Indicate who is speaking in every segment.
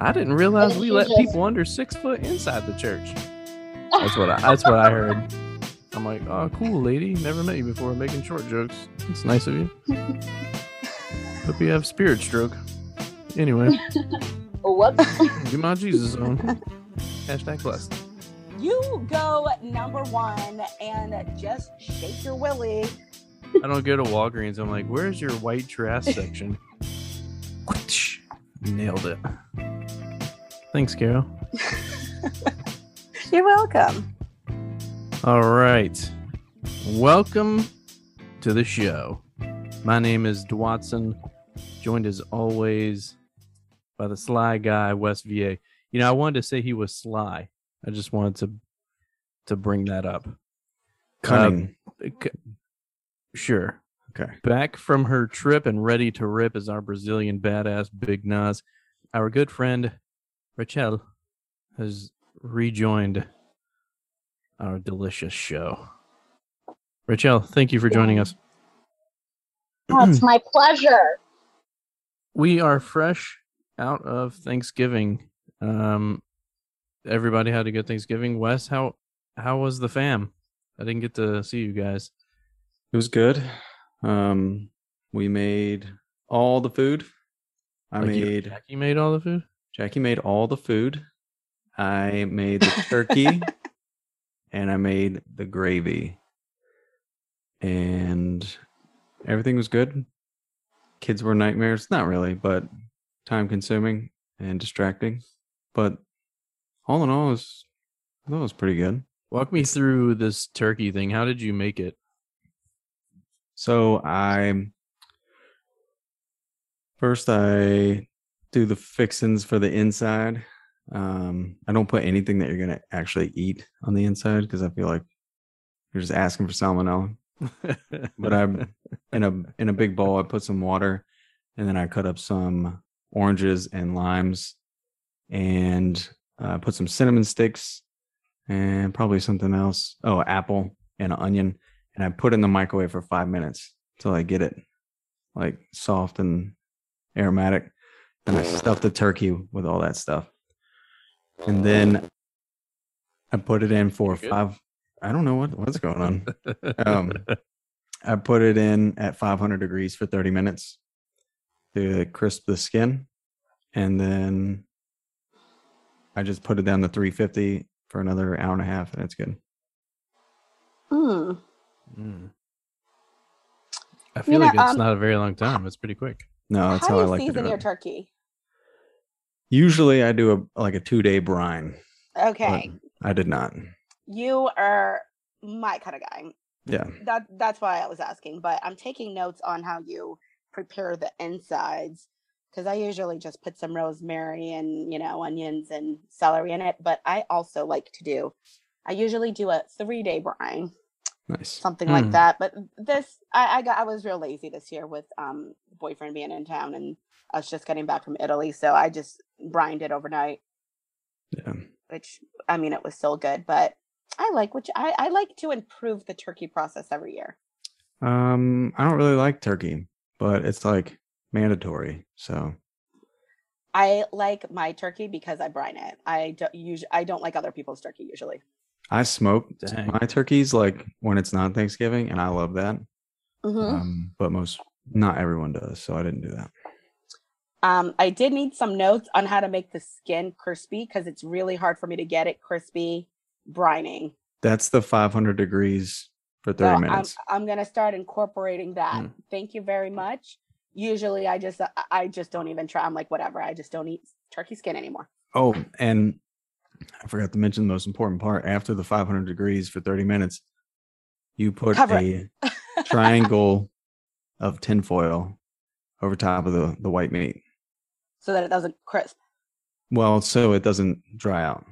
Speaker 1: I didn't realize we
Speaker 2: you
Speaker 1: let
Speaker 2: just-
Speaker 1: people under six foot inside the church. That's what I. That's what I heard. I'm like, oh, cool, lady. Never met you before. Making short jokes. It's nice of you. Hope you have spirit stroke. Anyway,
Speaker 2: Whoops.
Speaker 3: Mm-hmm.
Speaker 1: get my Jesus on. Hashtag blessed.
Speaker 3: You go number one and just shake your willy.
Speaker 1: I don't go to Walgreens. I'm like, where's your white trash section? Nailed it. Thanks, Carol.
Speaker 3: You're welcome.
Speaker 1: All right. Welcome to the show. My name is Dwatson, joined as always by the sly guy, West VA. You know, I wanted to say he was sly. I just wanted to to bring that up.
Speaker 4: Cunning.
Speaker 1: C- Sure.
Speaker 4: Mm. Okay.
Speaker 1: Back from her trip and ready to rip is our Brazilian badass Big Nas. Our good friend Rachel has rejoined our delicious show. Rachel, thank you for joining us.
Speaker 2: Oh,
Speaker 4: Mm.
Speaker 2: it's my pleasure.
Speaker 1: we are fresh out of Thanksgiving. Um, everybody had a good Thanksgiving. Wes, how how was the fam? I didn't get to see you guys.
Speaker 4: It was good. Um, we made all the food. I
Speaker 1: Like you-
Speaker 4: made
Speaker 1: Jackie made all the food.
Speaker 4: Jackie made all the food. I made the turkey, and I made the gravy, and everything was good. Kids were nightmares, not really, but time consuming and distracting. But all in all, it was I thought it was pretty good.
Speaker 1: Walk me through this turkey thing. How did you make it?
Speaker 4: So I first I do the fixins for the inside. Um, I don't put anything that you're gonna actually eat on the inside because I feel like you're just asking for salmonella. But I in a in a big bowl I put some water, and then I cut up some oranges and limes, and uh, put some cinnamon sticks, and probably something else. Oh, apple and an onion, and I put it in the microwave for five minutes till I get it like soft and aromatic. Then I stuff the turkey with all that stuff, and then I put it in for
Speaker 1: good?
Speaker 4: five. I don't know what what's going on. Um, I put it in at 500 degrees for 30 minutes to crisp the skin. And then I just put it down to 350 for another hour and a half, and it's good. Oh,
Speaker 3: Mm.
Speaker 1: Mm. I feel
Speaker 3: know,
Speaker 1: like it's
Speaker 3: um,
Speaker 1: not a very long time. It's pretty quick.
Speaker 4: No, that's
Speaker 3: how
Speaker 4: how,
Speaker 3: do
Speaker 4: I
Speaker 3: you
Speaker 4: like to do
Speaker 3: season your
Speaker 4: it.
Speaker 3: turkey?
Speaker 4: Usually I do a like a two day brine. but
Speaker 3: Okay.
Speaker 4: I did not.
Speaker 3: You are my kind of guy.
Speaker 4: Yeah.
Speaker 3: That that's why I was asking, but I'm taking notes on how you prepare the insides because I usually just put some rosemary and you know onions and celery in it. But I also like to do. I usually do a three day brine,
Speaker 4: Nice.
Speaker 3: something
Speaker 1: Hmm.
Speaker 3: like that. But this, I, I got, I was real lazy this year with um boyfriend being in town and us just getting back from Italy, so I just brined it overnight
Speaker 4: Yeah.
Speaker 3: which I mean, it was still good, but I like which I, I like to improve the turkey process every year.
Speaker 4: Um, I don't really like turkey, but it's like mandatory. So
Speaker 3: I like my turkey because I brine it. I don't usually I don't like other people's turkey usually.
Speaker 4: I smoke
Speaker 1: Dang.
Speaker 4: my turkeys like when it's not Thanksgiving, and I love that.
Speaker 3: Hmm.
Speaker 1: Mm-hmm.
Speaker 4: um, but most not everyone does so i didn't do that
Speaker 3: Um, I did need some notes on how to make the skin crispy because it's really hard for me to get it crispy brining.
Speaker 4: that's the 500 degrees for 30
Speaker 3: So
Speaker 4: minutes
Speaker 3: I'm, I'm gonna start incorporating that.
Speaker 1: Mm.
Speaker 3: Thank you very much. Usually, I just I- I just don't even try. I'm like whatever. I just don't eat turkey skin anymore.
Speaker 4: oh and i forgot to mention the most important part after the 500 degrees for 30 minutes you put
Speaker 3: Cover
Speaker 4: a triangle of tinfoil over top of the, the white meat
Speaker 3: so that it doesn't crisp
Speaker 4: well so it doesn't dry out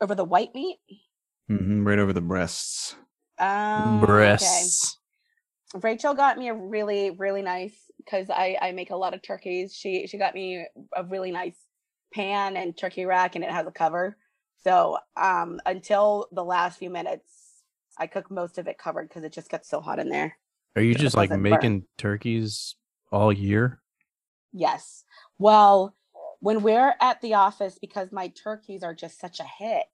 Speaker 3: over the white meat.
Speaker 4: hmm right over the breasts
Speaker 3: Um,
Speaker 1: Breasts.
Speaker 3: Rachel got me a really, really nice because I I make a lot of turkeys. She she got me a really nice pan and turkey rack, and it has a cover. So um, until the last few minutes, I cook most of it covered because it just gets so hot in there.
Speaker 1: Are you just like
Speaker 3: doesn't burn.
Speaker 1: making turkeys all year?
Speaker 3: Yes. Well, when we're at the office because my turkeys are just such a hit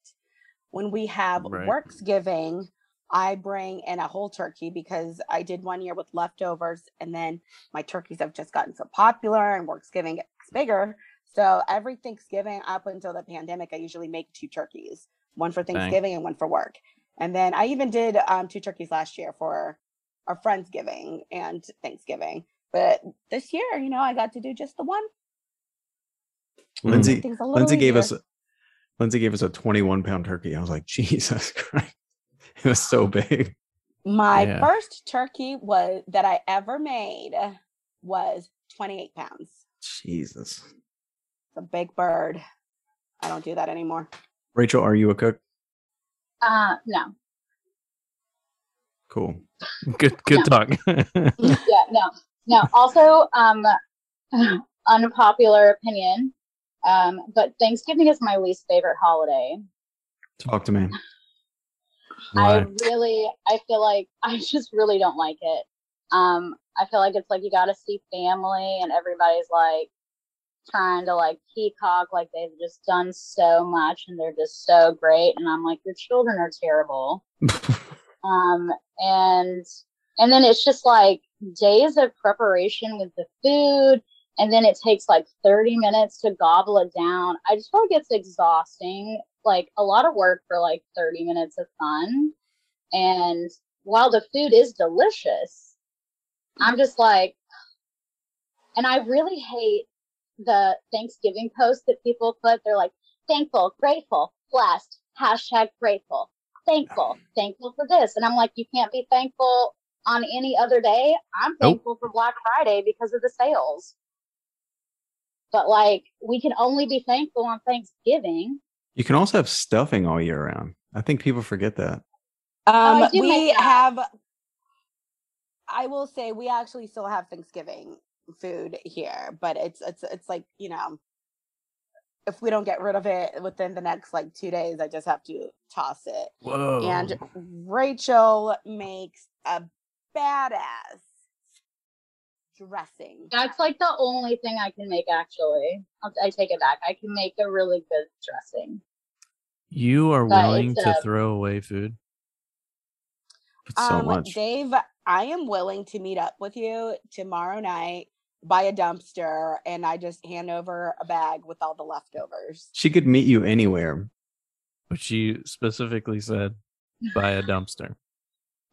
Speaker 3: when we have
Speaker 1: Right.
Speaker 3: works giving i bring in a whole turkey because i did one year with leftovers and then my turkeys have just gotten so popular and worksgiving gets bigger so every thanksgiving up until the pandemic i usually make two turkeys one for thanksgiving and one for work and then i even did um, two turkeys last year for our friendsgiving and thanksgiving but this year you know i got to do just the one
Speaker 4: Lindsay,
Speaker 3: Things a little
Speaker 4: Lindsay gave
Speaker 3: easier.
Speaker 4: us Lindsay gave us a 21 pound turkey. I was like, Jesus Christ. It was so big.
Speaker 3: My
Speaker 1: Yeah.
Speaker 3: first turkey was that I ever made was 28 pounds.
Speaker 4: Jesus.
Speaker 3: The big bird. I don't do that anymore.
Speaker 4: Rachel, are you a cook?
Speaker 2: Uh, no.
Speaker 4: Cool.
Speaker 1: Good good talk.
Speaker 2: Yeah, no. No. Also, um, unpopular opinion, um, but Thanksgiving is my least favorite holiday.
Speaker 4: Talk to me.
Speaker 2: I
Speaker 1: Why?
Speaker 2: really, I feel like I just really don't like it. Um, I feel like it's like you got to see family, and everybody's like trying to like peacock, like they've just done so much, and they're just so great. And I'm like, your children are terrible. Um, and and then it's just like days of preparation with the food, and then it takes like 30 minutes to gobble it down. I just feel like it's exhausting, like a lot of work for like 30 minutes of fun. And while the food is delicious, I'm just like, and I really hate the Thanksgiving posts that people put. They're like, thankful, grateful, blessed, hashtag grateful, thankful, thankful for this. And I'm like, you can't be thankful on any other day. I'm thankful for Black Friday because of the sales. But like, we can only be thankful on Thanksgiving.
Speaker 4: you can also have stuffing all year round. I think people forget that.
Speaker 2: Oh, I
Speaker 3: Um,
Speaker 2: do make
Speaker 3: we
Speaker 2: that.
Speaker 3: have, I will say, we actually still have Thanksgiving food here, but it's it's it's like you know, if we don't get rid of it within the next like two days, I just have to toss it.
Speaker 1: Whoa.
Speaker 3: And Rachel makes a badass dressing.
Speaker 2: That's like the only thing I can make, actually. I'll- I take it back. I can make a really good dressing.
Speaker 1: you are
Speaker 2: But
Speaker 1: willing
Speaker 2: it's
Speaker 1: to
Speaker 3: uh,
Speaker 2: a-
Speaker 1: throw away food?
Speaker 4: But so
Speaker 2: Um,
Speaker 4: much.
Speaker 3: Um, Dave, I am willing to meet up with you tomorrow night by a dumpster and I just hand over a bag with all the leftovers.
Speaker 4: she could meet you anywhere.
Speaker 1: But she specifically said by a dumpster.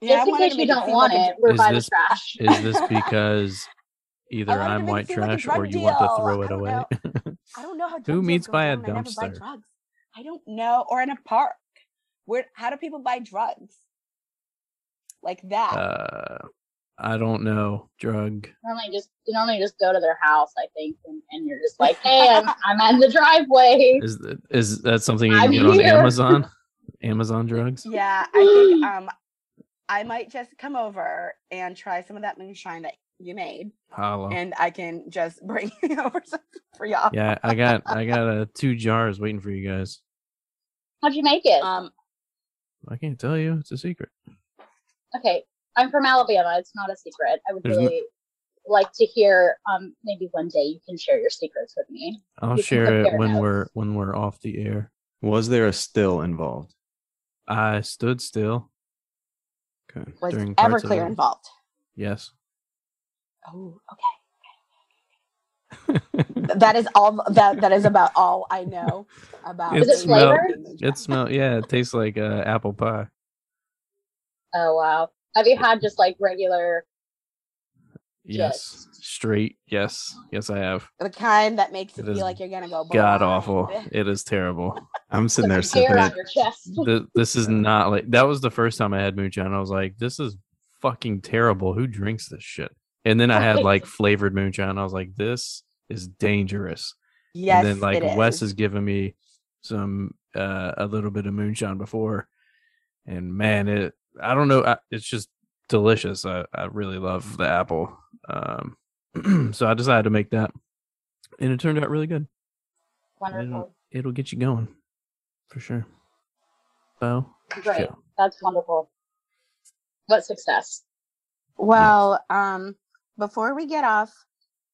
Speaker 3: I
Speaker 2: Just
Speaker 3: wanted
Speaker 2: in
Speaker 3: to
Speaker 2: case you
Speaker 3: make it
Speaker 2: don't
Speaker 3: seem
Speaker 2: want
Speaker 3: like a
Speaker 2: it, we're
Speaker 1: Is
Speaker 2: by
Speaker 1: this-
Speaker 2: the trash.
Speaker 1: Is this because either
Speaker 3: wanted to
Speaker 1: I'm
Speaker 3: make it
Speaker 1: white
Speaker 3: seem like a
Speaker 1: trash or
Speaker 3: drug
Speaker 1: you want to
Speaker 3: deal.
Speaker 1: throw
Speaker 3: I
Speaker 1: it
Speaker 3: don't
Speaker 1: away?
Speaker 3: know. I don't know how drug
Speaker 1: Who
Speaker 3: deals
Speaker 1: meets
Speaker 3: go
Speaker 1: by a
Speaker 3: down. I never buy
Speaker 1: dumpster?
Speaker 3: drugs. I don't know. Or in a park. Where how do people buy drugs? Like that.
Speaker 1: uh, I don't know. Drug.
Speaker 2: normally just you normally just go to their house, I think, and, and you're just like, hey, I'm I'm in the driveway.
Speaker 1: Is th- is that something you
Speaker 2: I'm
Speaker 1: can get on
Speaker 2: here.
Speaker 1: Amazon? Amazon drugs?
Speaker 3: Yeah, I think um I might just come over and try some of that moonshine that you made
Speaker 1: Hollow.
Speaker 3: and I can just bring over some for y'all.
Speaker 1: Oh. Yeah, I got I got uh, two jars waiting for you guys.
Speaker 2: How'd you make it?
Speaker 3: Um
Speaker 1: I can't tell you. It's a secret.
Speaker 2: okay, I'm from Alabama. It's not a secret. I would
Speaker 1: There's n-
Speaker 2: really like to hear. Um, maybe one day you can share your secrets with me.
Speaker 1: I'll
Speaker 2: You can
Speaker 1: share it
Speaker 2: compare
Speaker 1: when
Speaker 2: notes.
Speaker 1: we're when we're off the air.
Speaker 4: Was there a still involved?
Speaker 1: I stood still.
Speaker 4: Okay.
Speaker 3: was
Speaker 1: During parts of
Speaker 3: Everclear
Speaker 1: it.
Speaker 3: involved?
Speaker 1: Yes.
Speaker 3: Oh, okay. That is all that that is about all I know about
Speaker 1: It
Speaker 3: the-
Speaker 2: smelled-
Speaker 1: it smelled. Yeah, it tastes like uh, apple pie.
Speaker 2: Oh wow, have you had just like regular?
Speaker 1: Yes. Straight. Yes. Yes, I have.
Speaker 3: the kind that makes you
Speaker 1: It is
Speaker 3: feel like you're gonna go
Speaker 1: God
Speaker 3: blind.
Speaker 1: awful. It is terrible.
Speaker 4: I'm sitting there
Speaker 2: some
Speaker 4: sipping
Speaker 2: hair on
Speaker 4: it.
Speaker 2: your chest.
Speaker 1: Th- this is not like that was the first time I had moonshine. I was like, this is fucking terrible. Who drinks this shit? And then I had like flavored moonshine. I was like, this is dangerous.
Speaker 3: Yes,
Speaker 1: and then like
Speaker 3: it
Speaker 1: Wes has given me some uh a little bit of moonshine before. And man, it I don't know, I, it's just delicious. I I really love the apple. Um so I decided to make that. And it turned out really good.
Speaker 2: Wonderful,
Speaker 1: It'll get you going. For sure. So,
Speaker 2: great.
Speaker 1: show.
Speaker 2: That's wonderful. What success?
Speaker 3: Well, um, before we get off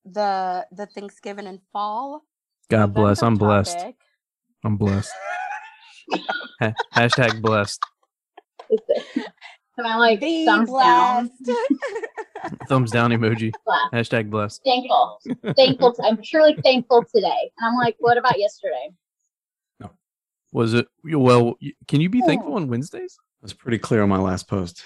Speaker 3: the the Thanksgiving and fall,
Speaker 1: God bless.
Speaker 3: That's our
Speaker 1: I'm blessed.
Speaker 3: topic.
Speaker 1: I'm blessed. Ha- Hashtag blessed.
Speaker 2: Is it? Can I like
Speaker 3: Be
Speaker 2: thumbs down?
Speaker 3: blessed.
Speaker 1: Thumbs down emoji.
Speaker 2: Blessed.
Speaker 1: Hashtag blessed.
Speaker 2: Thankful. Thankful. I'm truly thankful today. And I'm like, what about yesterday?
Speaker 1: Was it well? y- Can you be thankful on Wednesdays?
Speaker 4: was pretty clear on my last post.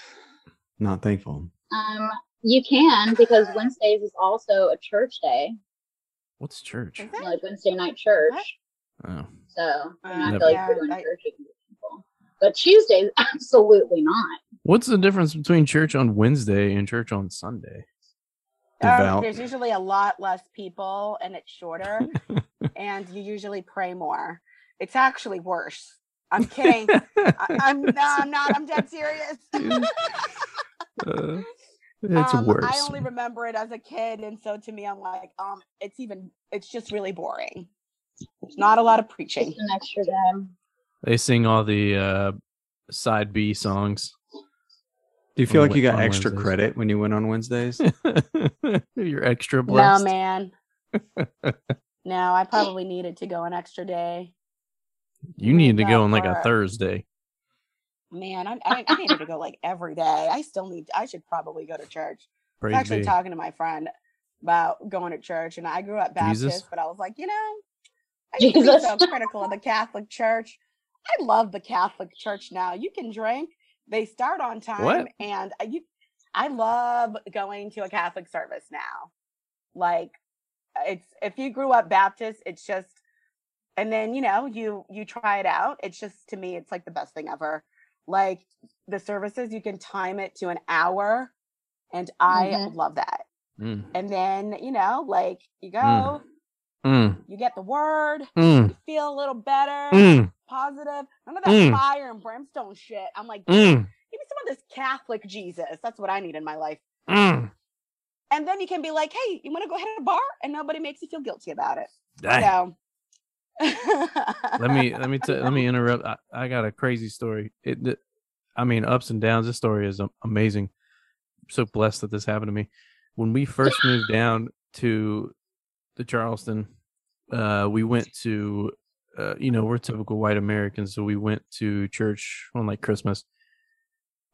Speaker 4: Not thankful.
Speaker 2: Um, you can because Wednesdays is also a church day,
Speaker 1: What's church?
Speaker 3: Is
Speaker 2: like
Speaker 3: it?
Speaker 2: Wednesday night church.
Speaker 3: What?
Speaker 1: Oh,
Speaker 2: So I, mean, I
Speaker 1: Never.
Speaker 2: feel like
Speaker 3: Yeah,
Speaker 2: if you're going
Speaker 3: I-
Speaker 2: to church, you can be thankful. But Tuesdays, absolutely not.
Speaker 1: what's the difference between church on Wednesday and church on Sunday?
Speaker 3: Um,
Speaker 4: Devout.
Speaker 3: there's usually a lot less people and it's shorter and you usually pray more. It's actually worse. I'm kidding. I, I'm no, I'm not. I'm dead serious.
Speaker 1: Uh, it's
Speaker 3: Um,
Speaker 1: worse.
Speaker 3: I only remember it as a kid, and so to me, I'm like, um, it's even, it's just really boring. There's not a lot of preaching.
Speaker 2: Just an extra day.
Speaker 1: they sing all the uh, side B songs.
Speaker 4: Do you feel
Speaker 1: On
Speaker 4: like you
Speaker 1: Wed-
Speaker 4: got
Speaker 1: on
Speaker 4: extra
Speaker 1: Wednesdays.
Speaker 4: credit when you went on Wednesdays?
Speaker 1: You're extra
Speaker 3: No,
Speaker 1: blessed.
Speaker 3: man. no, I probably needed to go an extra day.
Speaker 1: you need to
Speaker 3: Make
Speaker 1: go
Speaker 3: up
Speaker 1: on like
Speaker 3: for
Speaker 1: a
Speaker 3: it.
Speaker 1: Thursday.
Speaker 3: Man, I, I, I needed to go like every day. I still need. I should probably go to church. I was
Speaker 1: Praise
Speaker 3: actually
Speaker 1: be.
Speaker 3: talking to my friend about going to church, and I grew up Baptist,
Speaker 1: Jesus.
Speaker 3: but I was like, you know, I used to be
Speaker 2: Jesus.
Speaker 3: so critical of the Catholic Church. I love the Catholic Church now. You can drink; they start on time,
Speaker 1: What?
Speaker 3: and I- you, I love going to a Catholic service now. Like, it's if you grew up Baptist, it's just, and then you know, you you try it out. It's just to me, it's like the best thing ever. Like the services, you can time it to an hour, and I
Speaker 1: Mm-hmm.
Speaker 2: Mhm.
Speaker 3: love that.
Speaker 1: Mm,
Speaker 3: And then, you know, like you go,
Speaker 1: Mm. mm,
Speaker 3: you get the word,
Speaker 1: mm,
Speaker 3: you feel a little better,
Speaker 1: mm,
Speaker 3: positive. None of that
Speaker 1: Mm.
Speaker 3: fire and brimstone shit. I'm like, give me
Speaker 1: mm,
Speaker 3: give me some of this Catholic Jesus. That's what I need in my life.
Speaker 1: mm.
Speaker 3: And then you can be like, hey, you want to go hit a bar? And nobody makes you feel guilty about it.
Speaker 1: Dang.
Speaker 3: So
Speaker 1: let me let me t- let me interrupt. I, I got a crazy story. It, th- I mean, ups and downs. This story is am- amazing. so blessed that this happened to me. When we first moved down to the Charleston, uh, we went to, uh, you know, we're typical white Americans, so we went to church on like Christmas,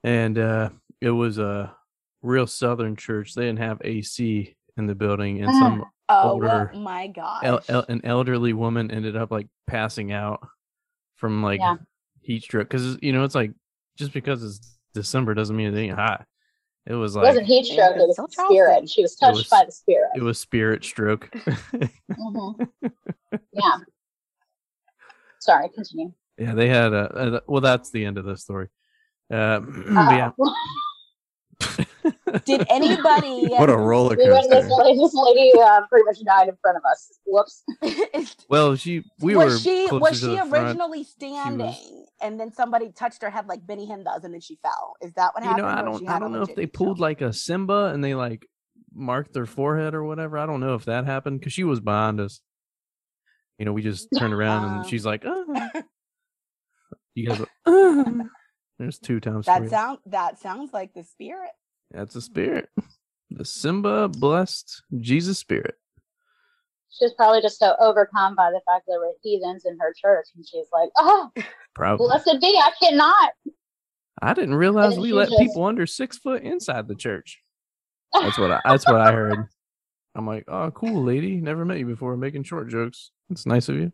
Speaker 1: and uh, it was a real Southern church. They didn't have AC in the building, and some
Speaker 3: Oh
Speaker 1: Older.
Speaker 3: my god.
Speaker 1: el- el- an elderly woman ended up like passing out from like
Speaker 2: Yeah.
Speaker 1: heat stroke because you know it's like just because it's December doesn't mean it ain't hot. It was
Speaker 2: It
Speaker 1: like
Speaker 2: wasn't heat
Speaker 3: Yeah,
Speaker 2: stroke,
Speaker 3: it's
Speaker 2: it was
Speaker 3: so Charleston.
Speaker 2: spirit. She was touched
Speaker 1: was-
Speaker 2: by the spirit.
Speaker 1: it was spirit stroke.
Speaker 2: Mhm. yeah. Sorry, continue.
Speaker 1: yeah, they had a, a- well. That's the end of the story. Uh, but yeah,
Speaker 2: Uh-oh.
Speaker 3: Did anybody um,
Speaker 4: what a roller
Speaker 2: We went to
Speaker 4: coaster.
Speaker 2: this lady, this lady uh, pretty much died in front of us. Whoops.
Speaker 1: well, she we were
Speaker 3: was she
Speaker 1: closer
Speaker 3: was
Speaker 1: to
Speaker 3: she
Speaker 1: the front.
Speaker 3: originally standing and then somebody touched her head like Benny Hinn does and then she fell? Is that what
Speaker 1: You
Speaker 3: happened?
Speaker 1: know, I
Speaker 3: or
Speaker 1: don't
Speaker 3: she
Speaker 1: I
Speaker 3: had a
Speaker 1: don't know if
Speaker 3: legit
Speaker 1: they
Speaker 3: heat
Speaker 1: pulled
Speaker 3: stroke?
Speaker 1: like a Simba and they like marked their forehead or whatever. I don't know if that happened because she was behind us. You know, we just turned around and
Speaker 3: Uh.
Speaker 1: she's like, "Ah." you guys, were, "Ah." there's two times. for
Speaker 3: that
Speaker 1: you.
Speaker 3: sound that sounds like the spirit.
Speaker 1: That's a spirit. The Simba blessed Jesus spirit.
Speaker 2: She was probably just so overcome by the fact there were heathens in her church. And she's like, oh,
Speaker 1: Probably.
Speaker 2: blessed be, I cannot.
Speaker 1: I didn't realize
Speaker 2: then
Speaker 1: we
Speaker 2: she
Speaker 1: let
Speaker 2: just-
Speaker 1: people under six foot inside the church. That's what I. That's what I heard. I'm like, oh, cool, lady. Never met you before. Making short jokes. That's nice of you.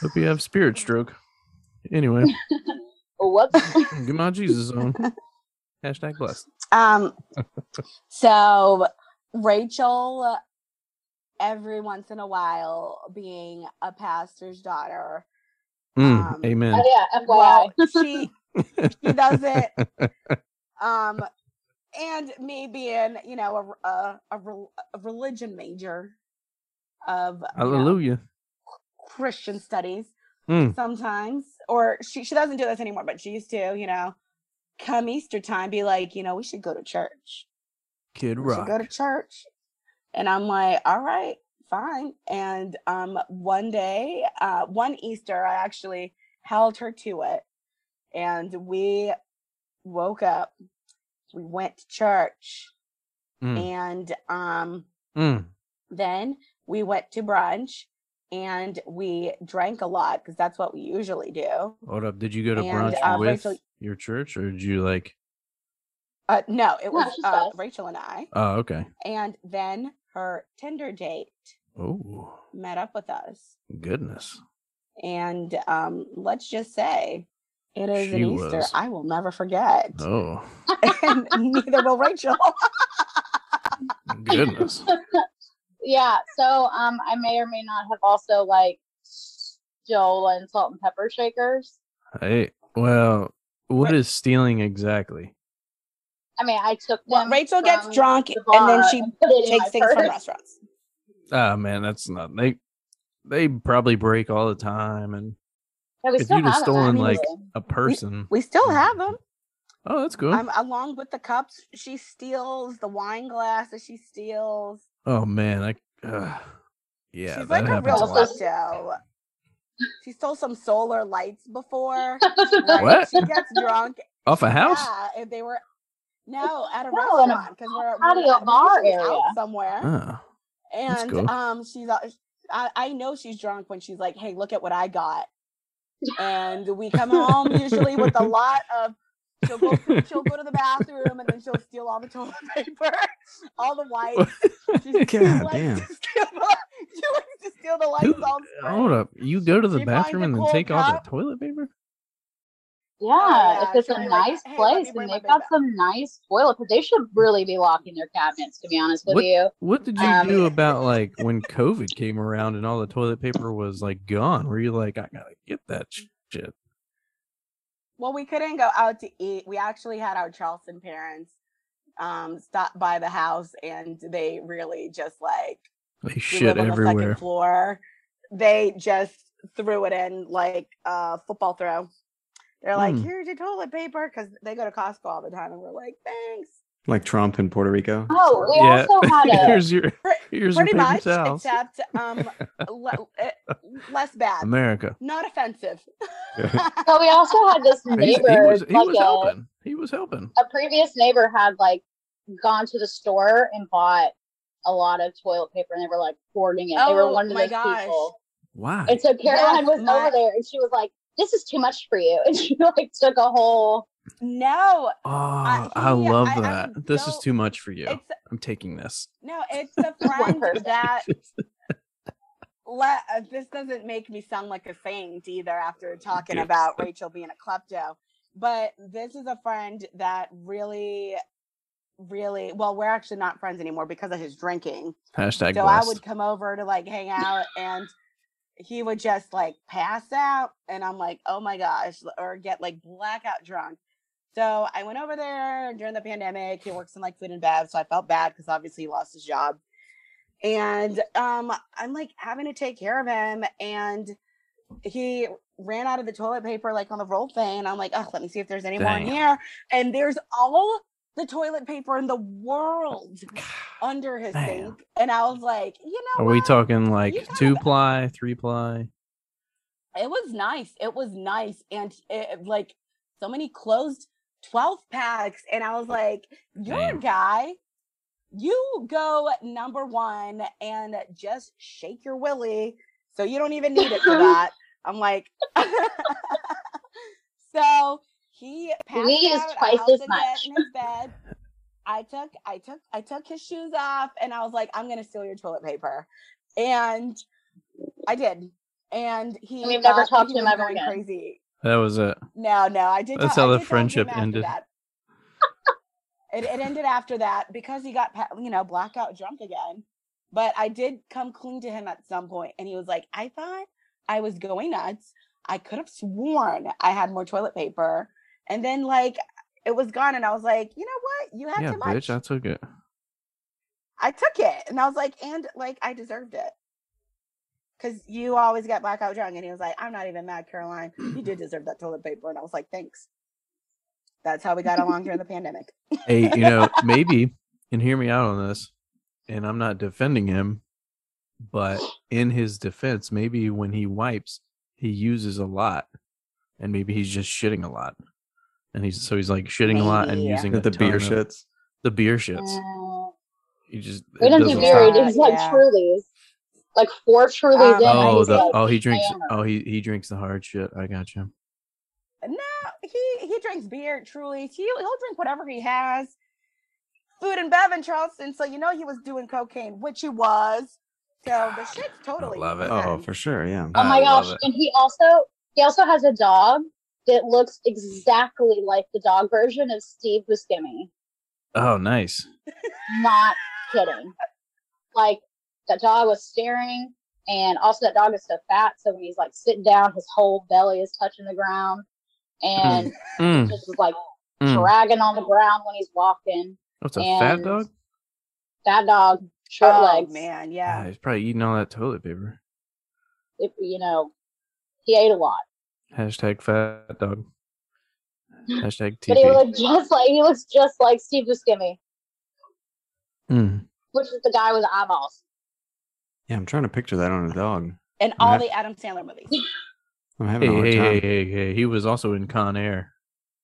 Speaker 1: Hope you have spirit stroke. Anyway,
Speaker 2: Whoops. Oh,
Speaker 1: get my Jesus on. Hashtag blessed.
Speaker 3: Um so Rachel every once in a while being a pastor's daughter.
Speaker 1: Mm,
Speaker 3: Um,
Speaker 1: amen.
Speaker 2: Oh, yeah, FYI.
Speaker 3: Well, she she doesn't um and me being you know a a, a, rel- a religion major of you know,
Speaker 1: Hallelujah.
Speaker 3: christian studies
Speaker 1: Mm.
Speaker 3: sometimes or she, she doesn't do this anymore but she used to you know come easter time be like you know we should go to church
Speaker 1: Kid
Speaker 3: we should go to
Speaker 1: Rock.
Speaker 3: church and i'm like all right fine and um one day uh one easter i actually held her to it and we woke up we went to church
Speaker 1: Mm,
Speaker 3: and um
Speaker 1: mm.
Speaker 3: then we went to brunch and we drank a lot because that's what we usually do.
Speaker 1: Hold up. Did you go to
Speaker 3: And,
Speaker 1: brunch
Speaker 3: uh,
Speaker 1: with
Speaker 3: Rachel-
Speaker 1: your church or did you like,
Speaker 3: Uh, no, it
Speaker 2: No,
Speaker 3: was
Speaker 2: it's just
Speaker 3: uh,
Speaker 2: us.
Speaker 3: Rachel and I.
Speaker 1: oh, okay.
Speaker 3: And then her Tinder date
Speaker 1: Oh,
Speaker 3: met up with us.
Speaker 1: goodness.
Speaker 3: And um, let's just say it is
Speaker 1: She
Speaker 3: an Easter
Speaker 1: was-
Speaker 3: I will never forget.
Speaker 1: Oh,
Speaker 3: and neither will Rachel.
Speaker 1: goodness.
Speaker 2: yeah. So um, I may or may not have also like stolen salt and pepper shakers.
Speaker 1: Hey, well, what
Speaker 3: Right.
Speaker 1: is stealing exactly?
Speaker 2: I mean, I took
Speaker 3: Well,
Speaker 2: them.
Speaker 3: Rachel gets
Speaker 2: from
Speaker 3: drunk
Speaker 2: the
Speaker 3: and then
Speaker 2: bar
Speaker 3: she
Speaker 2: and put it in
Speaker 3: takes
Speaker 2: my
Speaker 3: things from
Speaker 2: purse.
Speaker 3: restaurants.
Speaker 1: Oh man, that's not they. They probably break all the time, and
Speaker 2: Yeah, we
Speaker 1: If
Speaker 2: still
Speaker 1: you'd have
Speaker 2: have them,
Speaker 1: stolen, like-
Speaker 2: actually.
Speaker 1: a person.
Speaker 3: We still
Speaker 1: Mm-hmm.
Speaker 3: have them.
Speaker 1: Oh, that's cool.
Speaker 3: Um, along with the cups, she steals the wine glasses. She steals.
Speaker 1: oh man, I. Uh, yeah, that
Speaker 3: She's like a
Speaker 1: happens
Speaker 3: real
Speaker 1: a lot.
Speaker 2: Also-
Speaker 3: klepto. She stole some solar lights before.
Speaker 1: What?
Speaker 3: Like, She gets drunk.
Speaker 1: Off a house?
Speaker 3: Yeah, and they were no at a
Speaker 2: No, in a
Speaker 3: restaurant because we're,
Speaker 2: patio
Speaker 3: we're at-
Speaker 2: bar
Speaker 3: she's
Speaker 2: area.
Speaker 3: out somewhere.
Speaker 1: Oh, that's
Speaker 3: and
Speaker 1: cool.
Speaker 3: um she's uh, I, I know she's drunk when she's like hey look at what i got and we come home usually with a lot of she'll go, she'll go to the bathroom and then she'll steal all the toilet paper all the wipes She's- she
Speaker 4: God
Speaker 3: likes
Speaker 4: damn.
Speaker 3: to steal the, she likes to steal the lights
Speaker 1: Who-
Speaker 3: all
Speaker 1: Hold up. You go to the
Speaker 3: She finds
Speaker 1: bathroom
Speaker 3: a
Speaker 1: and then
Speaker 3: cold
Speaker 1: take all the
Speaker 3: cup.
Speaker 1: toilet paper?
Speaker 2: Yeah,
Speaker 3: yeah,
Speaker 2: if it's
Speaker 3: she'll
Speaker 2: a
Speaker 3: be like,
Speaker 2: nice
Speaker 3: "Hey, let me
Speaker 2: place
Speaker 3: bring
Speaker 2: and
Speaker 3: my
Speaker 2: they've
Speaker 3: big
Speaker 2: got
Speaker 3: bag."
Speaker 2: some nice toilet, but they should really be locking their cabinets. To be honest with
Speaker 1: What-
Speaker 2: you,
Speaker 1: What did you
Speaker 2: Um,
Speaker 1: do about like when COVID came around and all the toilet paper was like gone? Were you like, I gotta get that sh- shit?
Speaker 3: well we couldn't go out to eat we actually had our charleston parents um stop by the house and they really just like
Speaker 1: Like
Speaker 3: we
Speaker 1: shit
Speaker 3: live on the
Speaker 1: everywhere.
Speaker 3: second floor. They just threw it in like a football throw. They're like,
Speaker 1: Hmm.
Speaker 3: here's your toilet paper because they go to Costco all the time, and we're like, thanks.
Speaker 4: Like Trump in Puerto Rico.
Speaker 2: oh, we
Speaker 1: Yeah.
Speaker 2: also had a
Speaker 1: here's your
Speaker 3: Pre-
Speaker 1: here's your
Speaker 3: Pretty
Speaker 1: paper
Speaker 3: much,
Speaker 1: towels.
Speaker 3: except um, le- eh, less bad,
Speaker 1: America.
Speaker 3: not offensive.
Speaker 2: so we also had this
Speaker 1: He's-
Speaker 2: neighbor
Speaker 1: he was he
Speaker 2: like
Speaker 1: was
Speaker 2: a-
Speaker 1: helping. He was helping.
Speaker 2: a previous neighbor had like gone to the store and bought a lot of toilet paper and they were like hoarding it. they were
Speaker 3: Oh,
Speaker 2: one of
Speaker 3: my
Speaker 2: those
Speaker 3: gosh.
Speaker 2: people.
Speaker 1: Why?
Speaker 2: And so Caroline
Speaker 3: Yes,
Speaker 2: was
Speaker 3: my-
Speaker 2: over there and she was like, This is too much for you. And she like took a whole
Speaker 3: no,
Speaker 1: oh, I,
Speaker 3: he-
Speaker 1: love
Speaker 3: I- I
Speaker 1: that. this is
Speaker 3: don't-
Speaker 1: too much for you.
Speaker 3: it's
Speaker 1: I'm taking this.
Speaker 3: no, it's the friend
Speaker 2: person.
Speaker 3: that let uh, this doesn't make me sound like a saint either after talking
Speaker 1: Yeah.
Speaker 3: about Rachel being a klepto, but this is a friend that really, really well, we're actually not friends anymore because of his drinking.
Speaker 1: Hashtag
Speaker 3: so
Speaker 1: blessed.
Speaker 3: I would come over to like hang out and he would just like pass out and I'm like, oh my gosh, or get like blackout drunk. So I went over there during the pandemic. He works in like food and bev, so I felt bad because obviously he lost his job. And um, I'm like having to take care of him, and he ran out of the toilet paper like on the roll thing. And I'm like, oh, let me see if there's any more in
Speaker 1: Damn.
Speaker 3: here. And there's all the toilet paper in the world under his
Speaker 1: Damn.
Speaker 3: sink. And I was like, you know,
Speaker 1: Are we
Speaker 3: what?
Speaker 1: talking like
Speaker 3: gotta-
Speaker 1: two ply, three ply?
Speaker 3: It was nice. It was nice. And it, like so many closed 12 packs. And I was like, you're
Speaker 1: Damn.
Speaker 3: a guy. You go number one and just shake your willy. So you don't even need it for that. I'm like, so he passed
Speaker 2: We used
Speaker 3: out. I
Speaker 2: twice
Speaker 3: housed
Speaker 2: as
Speaker 3: a jet
Speaker 2: much.
Speaker 3: in his bed. I took, I took, I took his shoes off, and I was like, "I'm gonna steal your toilet paper," and I did. And he
Speaker 2: And we've never
Speaker 3: thought that
Speaker 2: talked
Speaker 3: he
Speaker 2: to him
Speaker 3: was
Speaker 2: ever
Speaker 3: going
Speaker 2: again.
Speaker 3: Crazy?
Speaker 1: That was it.
Speaker 3: No, no, I did.
Speaker 1: That's
Speaker 3: tell-
Speaker 1: how
Speaker 3: I
Speaker 1: the
Speaker 3: did tell him
Speaker 1: friendship
Speaker 3: after
Speaker 1: ended.
Speaker 3: that. It, it ended after that because he got, pa- you know, blackout drunk again. But I did come clean to him at some point, and he was like, "I thought I was going nuts. I could have sworn I had more toilet paper." And then like it was gone, and I was like, "You know what? You had
Speaker 1: Yeah,
Speaker 3: too much.
Speaker 1: bitch, I took it.
Speaker 3: I took it and I was like, and like I deserved it. Cause you always get blackout drunk. And he was like, I'm not even mad, Caroline. You did deserve that toilet paper. And I was like, thanks. That's how we got along during the pandemic.
Speaker 1: hey, you know, maybe, and hear me out on this, and I'm not defending him, but in his defense, maybe when he wipes, he uses a lot, and maybe he's just shitting a lot, and he's so he's like shitting a lot and
Speaker 3: Maybe.
Speaker 1: using a
Speaker 4: That the
Speaker 1: ton
Speaker 4: beer
Speaker 1: of-
Speaker 4: shits.
Speaker 1: The beer shits.
Speaker 2: uh,
Speaker 1: He just
Speaker 2: we
Speaker 1: it
Speaker 2: don't do
Speaker 1: doesn't
Speaker 3: very
Speaker 2: beer,
Speaker 1: stop.
Speaker 2: we just had
Speaker 3: Yeah.
Speaker 2: Trulies. Like four truly
Speaker 3: Um,
Speaker 2: did.
Speaker 3: Yeah,
Speaker 1: oh,
Speaker 3: he's
Speaker 1: the,
Speaker 2: like,
Speaker 1: oh, he drinks.
Speaker 2: hammered.
Speaker 1: Oh, he he drinks the hard shit. I got you.
Speaker 3: No, Uh, he he drinks beer. Truly, he he'll drink whatever he has. Food and bev in Charleston, so you know he was doing cocaine, which he was. So the shit's totally.
Speaker 1: love it.
Speaker 4: Oh,
Speaker 3: on.
Speaker 4: for sure. Yeah.
Speaker 2: Oh my
Speaker 1: I love
Speaker 2: gosh!
Speaker 1: it.
Speaker 2: And he also he also has a dog that looks exactly like the dog version of Steve Buscemi.
Speaker 1: Oh, nice.
Speaker 2: Not kidding. Like that dog was staring, and also that dog is so fat, so when he's like sitting down, his whole belly is touching the ground, and
Speaker 1: Mm,
Speaker 2: just is, like
Speaker 1: mm.
Speaker 2: dragging on the ground when he's walking.
Speaker 1: What's a fat
Speaker 2: and-
Speaker 1: dog?
Speaker 2: That dog, short
Speaker 3: Oh
Speaker 2: legs.
Speaker 3: man,
Speaker 1: Yeah,
Speaker 3: yeah.
Speaker 1: Ah, he's probably eating all that toilet paper.
Speaker 2: It, you know, he ate a lot.
Speaker 1: Hashtag fat dog. Hashtag
Speaker 2: But he
Speaker 1: TV.
Speaker 2: looked just like he looks just like Steve Buscemi,
Speaker 1: Mm.
Speaker 2: which is the guy with the eyeballs.
Speaker 4: Yeah. I'm trying to picture that on a dog.
Speaker 3: And all
Speaker 4: have-
Speaker 3: the Adam Sandler movies.
Speaker 4: I'm
Speaker 1: Hey,
Speaker 4: having a hard
Speaker 1: hey,
Speaker 4: time.
Speaker 1: hey, hey, hey. He was also in Con Air.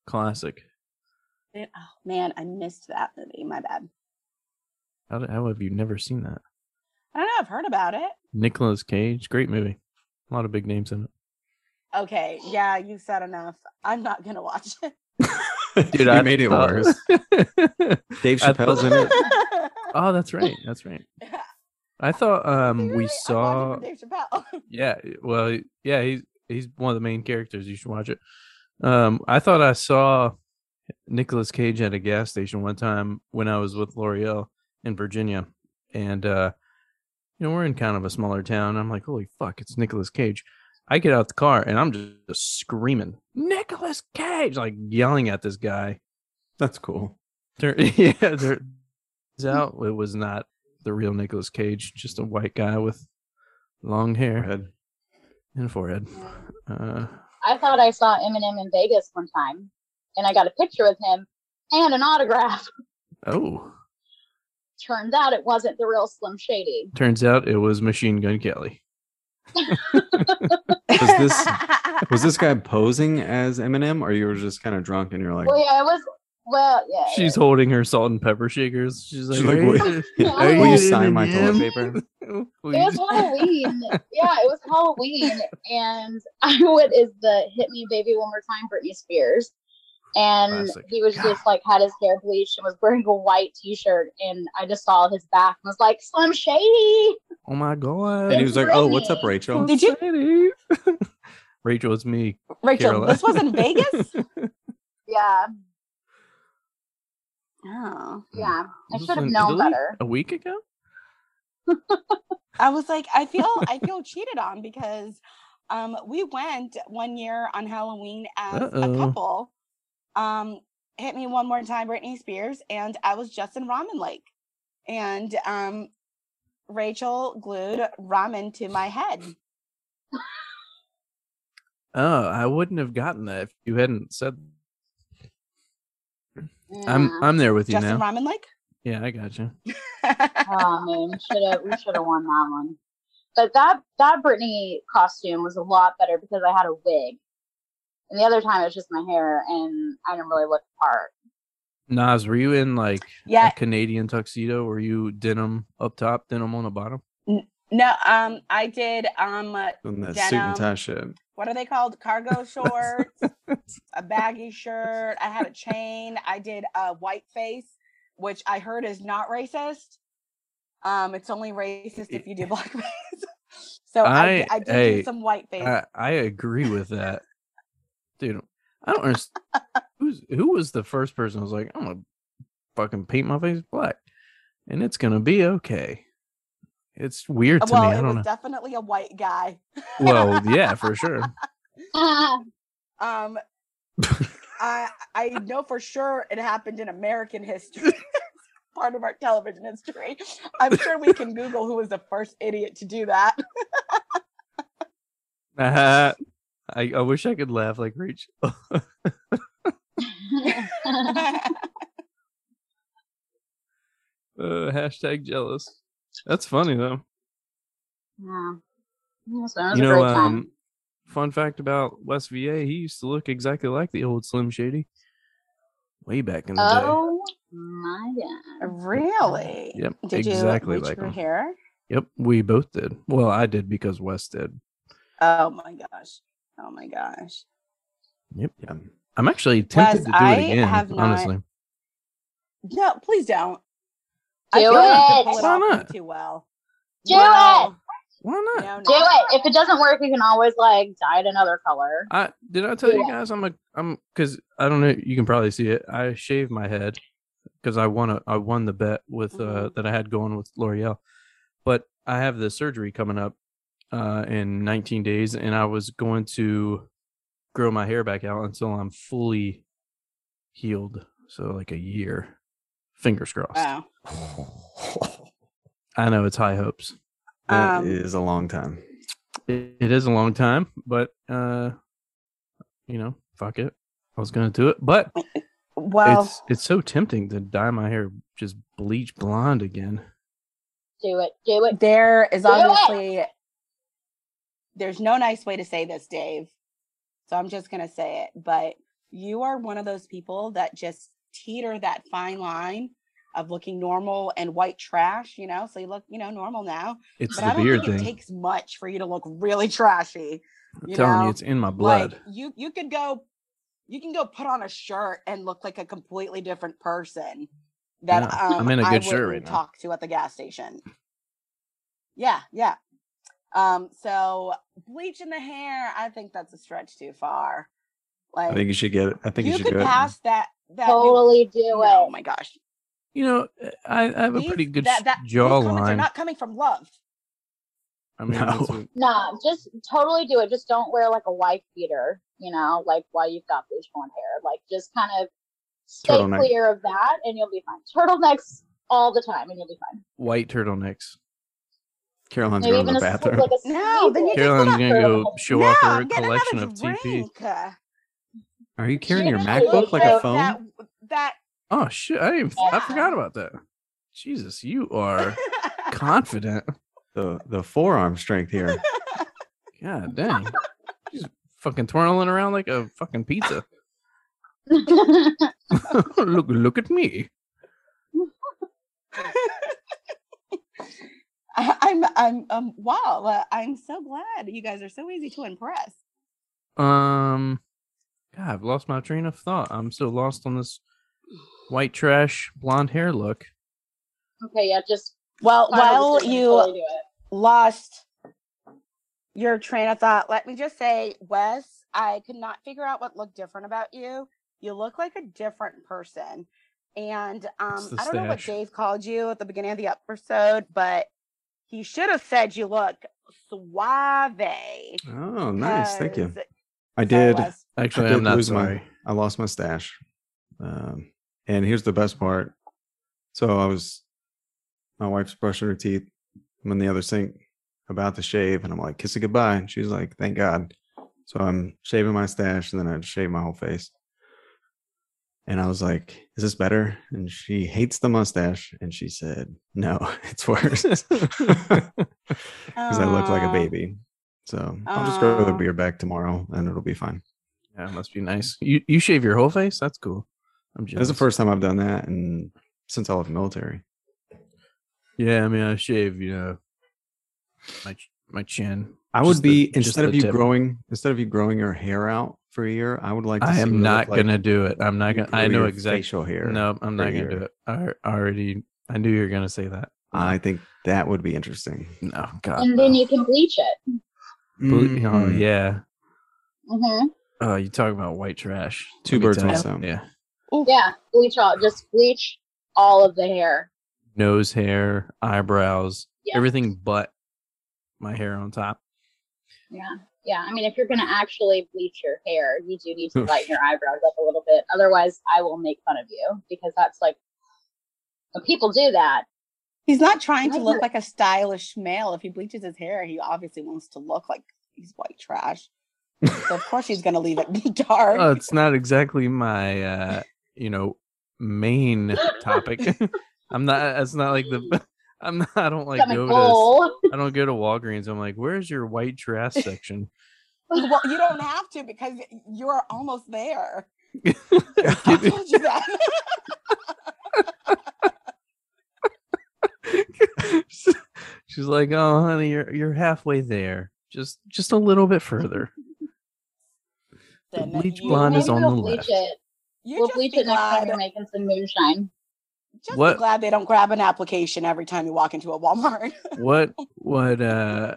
Speaker 1: Classic.
Speaker 3: Oh man, I missed that movie. My bad.
Speaker 1: How, did- how have you never seen that?
Speaker 3: I don't know. I've heard about it.
Speaker 1: Nicolas Cage. Great movie. A lot of big names in it.
Speaker 3: Okay, yeah, you said enough. I'm not gonna watch it.
Speaker 1: Dude,
Speaker 4: you
Speaker 1: I
Speaker 4: made it
Speaker 1: thought-
Speaker 4: worse. Dave
Speaker 1: I thought-
Speaker 4: Chappelle's in it.
Speaker 1: oh, that's right. That's right. I thought um
Speaker 3: Really? I'm
Speaker 1: we
Speaker 3: watching
Speaker 1: saw
Speaker 3: for Dave Chappelle.
Speaker 1: Yeah, well, yeah, he's he's one of the main characters. You should watch it. Um, I thought I saw Nicolas Cage at a gas station one time when I was with L'Oreal in Virginia, and uh, you know we're in kind of a smaller town. I'm like, holy fuck, it's Nicolas Cage. I get out the car and I'm just, just screaming, Nicolas Cage, like yelling at this guy.
Speaker 4: That's cool.
Speaker 1: Tur- yeah, turns out it was not the real Nicolas Cage, just a white guy with long hair
Speaker 4: Red.
Speaker 1: and forehead. Uh,
Speaker 2: I thought I saw Eminem in Vegas one time, and I got a picture with him and an autograph.
Speaker 1: oh,
Speaker 2: Turns out it wasn't the real Slim Shady.
Speaker 1: turns out it was Machine Gun Kelly.
Speaker 4: Was this- Was this guy posing as Eminem, or you were just kind of drunk and you're like,
Speaker 2: Well, yeah, it was. Well, yeah.
Speaker 1: She's holding her salt and pepper shakers. She's like,
Speaker 4: She's like,
Speaker 1: "Are
Speaker 4: "Wait,
Speaker 1: you-
Speaker 2: Yeah.
Speaker 1: are
Speaker 4: will you
Speaker 2: you
Speaker 4: sign my
Speaker 1: Eminem?"
Speaker 4: toilet paper?
Speaker 2: It was
Speaker 1: Please.
Speaker 2: Halloween. yeah, it was Halloween, and I what is the "Hit Me, Baby, One More Time" Britney Spears, and
Speaker 1: Classic.
Speaker 2: he was just like had his hair bleached and was wearing a white T-shirt, and I just saw his back and was like, "Slim Shady."
Speaker 1: Oh my
Speaker 4: And he
Speaker 1: god!
Speaker 4: was like, oh, what's up, Rachel?
Speaker 3: Did you-
Speaker 1: you? Rachel, it's me.
Speaker 3: Rachel,
Speaker 1: Caroline.
Speaker 3: this was in Vegas?
Speaker 2: Yeah,
Speaker 1: Hmm.
Speaker 3: oh.
Speaker 2: yeah. I
Speaker 1: This
Speaker 2: should have
Speaker 1: was in
Speaker 2: known
Speaker 1: Italy
Speaker 2: better.
Speaker 1: A week ago?
Speaker 3: I was like, I feel I feel cheated on because um we went one year on Halloween as
Speaker 1: Uh-oh.
Speaker 3: a couple. Um hit me one more time, Britney Spears, and I was just in Ramen Lake. And um Rachel glued ramen to my head.
Speaker 1: Oh, I wouldn't have gotten that if you hadn't said. I'm
Speaker 2: Yeah.
Speaker 1: I'm there with you
Speaker 3: Just in
Speaker 1: now.
Speaker 3: Ramen Lake?
Speaker 1: Yeah, I got you.
Speaker 2: oh man, should have we should have won that one. But that that Britney costume was a lot better because I had a wig, and the other time it was just my hair, and I didn't really look the part.
Speaker 1: Nas, were you in like
Speaker 3: yeah,
Speaker 1: a Canadian tuxedo? Were you denim up top, denim on the bottom?
Speaker 3: no, um I did um uh,
Speaker 4: Doing that suit and tie
Speaker 3: Denim.
Speaker 4: shit.
Speaker 3: what are they called? Cargo shorts, a baggy shirt. I had a chain. I did a white face, which I heard is not racist. Um, it's only racist if you do blackface. so I,
Speaker 1: I-
Speaker 3: I did
Speaker 1: hey, uh,
Speaker 3: do some white face.
Speaker 1: I, I agree with that, dude. I don't understand who's who was the first person who was like, I'm gonna fucking paint my face black, and it's gonna be okay. It's weird
Speaker 3: Uh,
Speaker 1: to
Speaker 3: well,
Speaker 1: me. I
Speaker 3: it was
Speaker 1: don't know.
Speaker 3: definitely a white guy.
Speaker 1: well, yeah, for sure.
Speaker 3: Um, I I know for sure it happened in American history. Part of our television history. I'm sure we can Google who was the first idiot to do that.
Speaker 1: I I wish I could laugh like Reach. Uh, hashtag jealous. That's funny though.
Speaker 2: yeah. Yeah, So it was
Speaker 1: You
Speaker 2: a great
Speaker 1: know,
Speaker 2: time.
Speaker 1: um, fun fact about West VA, he used to look exactly like the old Slim Shady. Way back in the day.
Speaker 2: oh my god.
Speaker 3: Really?
Speaker 1: Yep,
Speaker 3: Did
Speaker 1: exactly
Speaker 3: you bleach
Speaker 1: like
Speaker 3: your
Speaker 1: him.
Speaker 3: hair?
Speaker 1: Yep, we both did. Well, I did because Wes did.
Speaker 3: Oh my gosh. Oh my gosh.
Speaker 1: Yep.
Speaker 4: Yeah.
Speaker 1: I'm actually tempted
Speaker 3: Wes,
Speaker 1: to do
Speaker 3: I
Speaker 1: it again,
Speaker 3: have not-
Speaker 1: honestly.
Speaker 3: No, please don't.
Speaker 2: Do
Speaker 3: feel like I could
Speaker 2: it.
Speaker 3: pull it
Speaker 1: Why
Speaker 3: off
Speaker 1: not?
Speaker 3: way too well.
Speaker 2: Do
Speaker 3: No,
Speaker 1: Why not?
Speaker 3: no, no.
Speaker 2: Do it. If it doesn't work, you can always like dye it another color.
Speaker 1: I did I tell you
Speaker 2: Yeah.
Speaker 1: guys I'm a I'm because I don't know you can probably see it. I shaved my head because I won a I won the bet with uh that I had going with L'Oreal, but I have the surgery coming up uh in 19 days, and I was going to grow my hair back out until I'm fully healed, so like a year. Fingers crossed.
Speaker 3: Wow.
Speaker 1: I know it's high hopes.
Speaker 4: That
Speaker 3: Um,
Speaker 4: is a long time.
Speaker 1: It, it is a long time, but uh you know, fuck it. I was gonna do it, but
Speaker 3: Well,
Speaker 1: it's it's so tempting to dye my hair just bleach blonde again.
Speaker 2: Do it. Do it.
Speaker 3: there is
Speaker 2: Do it.
Speaker 3: obviously there's no nice way to say this, Dave. So I'm just gonna say it, but you are one of those people that just teeter that fine line of looking normal and white trash, you know. So you look, you know, normal now.
Speaker 1: It's
Speaker 3: But I
Speaker 1: the
Speaker 3: don't
Speaker 1: beard
Speaker 3: think
Speaker 1: thing.
Speaker 3: it takes much for you to look really trashy.
Speaker 1: I'm
Speaker 3: you
Speaker 1: telling
Speaker 3: know,
Speaker 1: you, it's in my blood.
Speaker 3: Like you you could go you can go put on a shirt and look like a completely different person that
Speaker 1: Yeah,
Speaker 3: um,
Speaker 1: I'm in a
Speaker 3: I
Speaker 1: good shirt
Speaker 3: wouldn't
Speaker 1: right now.
Speaker 3: talk to at the gas station. Yeah, yeah. Um, so bleaching the hair, I think that's a stretch too far. Like
Speaker 4: I think you should get it. I think you,
Speaker 3: you
Speaker 4: should
Speaker 3: could
Speaker 4: do
Speaker 3: pass that that new-
Speaker 2: Totally do
Speaker 3: no, Oh
Speaker 2: it.
Speaker 3: my gosh.
Speaker 1: you know, I, I have a
Speaker 3: These-
Speaker 1: pretty good
Speaker 3: that- that- these comments are
Speaker 1: jawline.
Speaker 3: not coming from love.
Speaker 1: I mean,
Speaker 4: No.
Speaker 1: that's what-
Speaker 2: Nah, just totally do it. Just don't wear like a wife beater, you know, like while you've got bleach blonde hair. Like just kind of stay
Speaker 4: Turtleneck.
Speaker 2: clear of that and you'll be fine. Turtlenecks all the time and you'll be fine.
Speaker 1: white turtlenecks.
Speaker 4: it. Caroline's
Speaker 2: Maybe
Speaker 4: going to
Speaker 2: even
Speaker 4: the
Speaker 2: a
Speaker 4: bathroom.
Speaker 2: slip, like a
Speaker 3: No, then you just-
Speaker 2: sleeve.
Speaker 1: Caroline's
Speaker 2: put
Speaker 1: gonna
Speaker 2: up
Speaker 1: go
Speaker 2: for-
Speaker 1: show
Speaker 3: no,
Speaker 1: off her
Speaker 3: I'm getting
Speaker 1: collection
Speaker 3: another
Speaker 1: of TP.
Speaker 3: drink. Uh,
Speaker 4: Are you carrying your
Speaker 2: should
Speaker 4: MacBook
Speaker 2: look
Speaker 4: like a
Speaker 2: at
Speaker 4: phone?
Speaker 3: That, that
Speaker 1: Oh shit! I didn't, I
Speaker 3: Yeah.
Speaker 1: forgot about that. Jesus, you are confident.
Speaker 4: The the forearm strength here.
Speaker 1: God dang, she's fucking twirling around like a fucking pizza. look, look at me.
Speaker 3: I- I'm I'm um wow uh, I'm so glad you guys are so easy to impress.
Speaker 1: Um, God, I've lost my train of thought. I'm so lost on this white trash blonde hair look.
Speaker 2: okay, yeah, just
Speaker 3: Well,
Speaker 2: final
Speaker 3: while
Speaker 2: decision,
Speaker 3: you
Speaker 2: totally do it.
Speaker 3: lost your train of thought, let me just say, Wes, I could not figure out what looked different about you. You look like a different person, and um,
Speaker 1: the
Speaker 3: I don't know what
Speaker 1: stash.
Speaker 3: Dave called you at the beginning of the episode, but he should have said you look suave.
Speaker 4: Oh, nice. Thank you.
Speaker 3: 'cause- sorry,
Speaker 4: I did.
Speaker 3: Wes.
Speaker 1: Actually,
Speaker 4: did
Speaker 1: I'm not
Speaker 4: lose my-
Speaker 1: sorry.
Speaker 4: I lost my stash. Um, and here's the best part. So I was, my wife's brushing her teeth. I'm in the other sink about to shave, and I'm like, kiss it goodbye. And she's like, thank God. So I'm shaving my stash, and then I shave my whole face. And I was like, is this better? And she hates the mustache. And she said, no, it's worse. Because I look like a
Speaker 3: Aw.
Speaker 4: baby. So I'll just grow the
Speaker 3: Aw.
Speaker 4: beard back tomorrow, and it'll be fine.
Speaker 1: Yeah, it must be nice. You you shave your whole face? That's cool. I'm
Speaker 4: This is
Speaker 1: jealous.
Speaker 4: the first time I've done that, and since I left the military.
Speaker 1: Yeah, I mean, I shave. You know, my ch- my chin.
Speaker 4: I
Speaker 1: Just
Speaker 4: would
Speaker 1: the-
Speaker 4: be
Speaker 1: just
Speaker 4: instead
Speaker 1: the
Speaker 4: of you
Speaker 1: tip.
Speaker 4: growing instead of you growing your hair out for a year, I would like. To
Speaker 1: I
Speaker 4: see what it
Speaker 1: am not
Speaker 4: looked like
Speaker 1: gonna do it. I'm not
Speaker 4: if you
Speaker 1: gonna. I
Speaker 4: grew
Speaker 1: know
Speaker 4: your
Speaker 1: exactly.
Speaker 4: facial hair.
Speaker 1: No, I'm not
Speaker 4: per
Speaker 1: gonna do
Speaker 4: year.
Speaker 1: it. I already. I knew you were gonna say that.
Speaker 4: I think that would be interesting.
Speaker 1: No, God.
Speaker 2: And then you can bleach it.
Speaker 1: Ble- Oh
Speaker 4: Mm.
Speaker 1: yeah.
Speaker 2: hmm
Speaker 1: Oh, you talking about white trash?
Speaker 4: Two
Speaker 1: Let me
Speaker 4: birds
Speaker 1: tell
Speaker 4: with
Speaker 1: you.
Speaker 4: sound.
Speaker 1: Yeah.
Speaker 2: Yeah, bleach all. Just bleach all of the hair.
Speaker 1: nose hair, eyebrows,
Speaker 2: Yeah.
Speaker 1: everything but my hair on top.
Speaker 2: Yeah, yeah. I mean, if you're gonna actually bleach your hair, you do need to lighten your eyebrows up a little bit. Otherwise, I will make fun of you because that's like when people do that.
Speaker 3: He's not trying to
Speaker 2: Why
Speaker 3: look
Speaker 2: not?
Speaker 3: like a stylish male. If he bleaches his hair, he obviously wants to look like he's white trash. So of course he's gonna leave it dark.
Speaker 1: Oh, it's not exactly my uh, you know, main topic. I'm not that's not like the I'm not I don't like
Speaker 2: Stomach
Speaker 1: go to
Speaker 2: full.
Speaker 1: I don't go to Walgreens. I'm like, where's your white trash section?
Speaker 3: well, you don't have to because you're almost there. I
Speaker 1: Can
Speaker 3: told you that.
Speaker 1: you- She's like, "Oh, honey, you're you're halfway there. Just just a little bit further." The
Speaker 3: Then
Speaker 1: bleach
Speaker 3: you-
Speaker 1: blonde is
Speaker 2: Maybe
Speaker 1: on
Speaker 2: we'll
Speaker 1: the
Speaker 2: bleach
Speaker 1: left.
Speaker 2: It.
Speaker 3: You
Speaker 2: We'll
Speaker 3: just
Speaker 2: bleach
Speaker 3: be
Speaker 2: it next time
Speaker 3: glad.
Speaker 2: we're making some moonshine.
Speaker 3: Just
Speaker 1: What-
Speaker 3: be glad they don't grab an application every time you walk into a Walmart.
Speaker 1: What what uh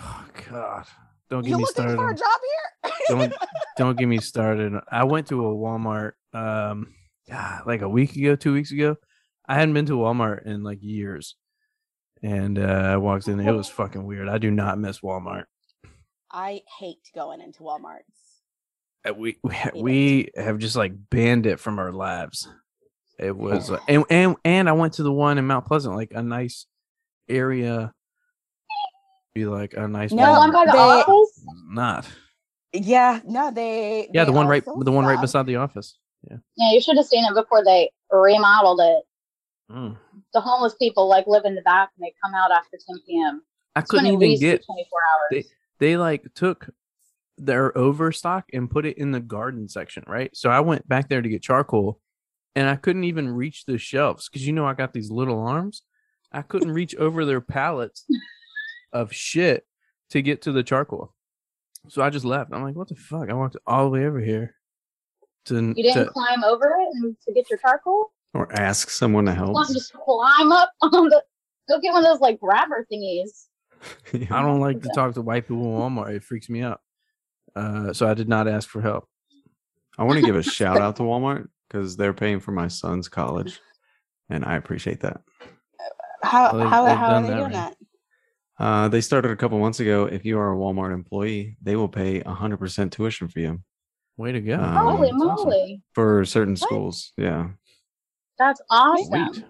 Speaker 1: oh god. Don't get
Speaker 3: you
Speaker 1: me
Speaker 3: looking
Speaker 1: started.
Speaker 3: for a
Speaker 1: on-
Speaker 3: job here?
Speaker 1: Don't don't get me started. I went to a Walmart um ah, like a week ago, 2 weeks ago. I hadn't been to Walmart in like years. And uh, I walked in. It was
Speaker 3: Oh.
Speaker 1: fucking weird. I do not miss Walmart.
Speaker 3: I hate going into Walmarts.
Speaker 1: Uh, We we,
Speaker 3: it.
Speaker 1: we have just like banned it from our lives. It was uh, and and and I went to the one in Mount Pleasant, like a nice area. Be like a nice.
Speaker 3: No,
Speaker 2: the one
Speaker 1: Walmart.
Speaker 2: by the
Speaker 3: They-
Speaker 2: office.
Speaker 1: not.
Speaker 3: Yeah, no, they.
Speaker 1: Yeah,
Speaker 3: they
Speaker 1: the one right,
Speaker 3: also
Speaker 1: the one right
Speaker 3: stopped-
Speaker 1: beside the office.
Speaker 2: Yeah, you should have seen it before they remodeled it.
Speaker 1: Mm.
Speaker 2: The homeless people like live in the back and they come out after 10 p.m.
Speaker 1: I
Speaker 2: It's when
Speaker 1: couldn't
Speaker 2: it
Speaker 1: even
Speaker 2: leaves for
Speaker 1: get.
Speaker 2: 24 hours.
Speaker 1: They like took their overstock and put it in the garden section, right? So I went back there to get charcoal, and I couldn't even reach the shelves because you know I got these little arms. I couldn't reach over their pallets of shit to get to the charcoal. So I just left. I'm like, what the fuck? I walked all the way over here to,
Speaker 2: you didn't
Speaker 1: to
Speaker 2: climb over it and to get your charcoal?
Speaker 4: Or ask someone to help.
Speaker 2: Want to just climb up on the go get one of those like grabber thingies.
Speaker 1: I don't like to
Speaker 2: Yeah.
Speaker 1: talk to white people in Walmart. It freaks me out. Uh, so I did not ask for help.
Speaker 4: I want to give a shout out to Walmart because they're paying for my son's college, and I appreciate that.
Speaker 3: How
Speaker 1: Oh, they've-
Speaker 3: how
Speaker 1: they've
Speaker 3: how
Speaker 1: done
Speaker 3: are they
Speaker 1: that
Speaker 3: doing
Speaker 1: right.
Speaker 3: that?
Speaker 4: Uh, they started a couple months ago. If you are a Walmart employee, they will pay 100% tuition for you
Speaker 1: Way to go.
Speaker 4: Um,
Speaker 2: Holy
Speaker 4: that's awesome.
Speaker 2: moly.
Speaker 4: for certain
Speaker 3: What?
Speaker 4: schools. Yeah,
Speaker 2: That's awesome.
Speaker 1: Sweet.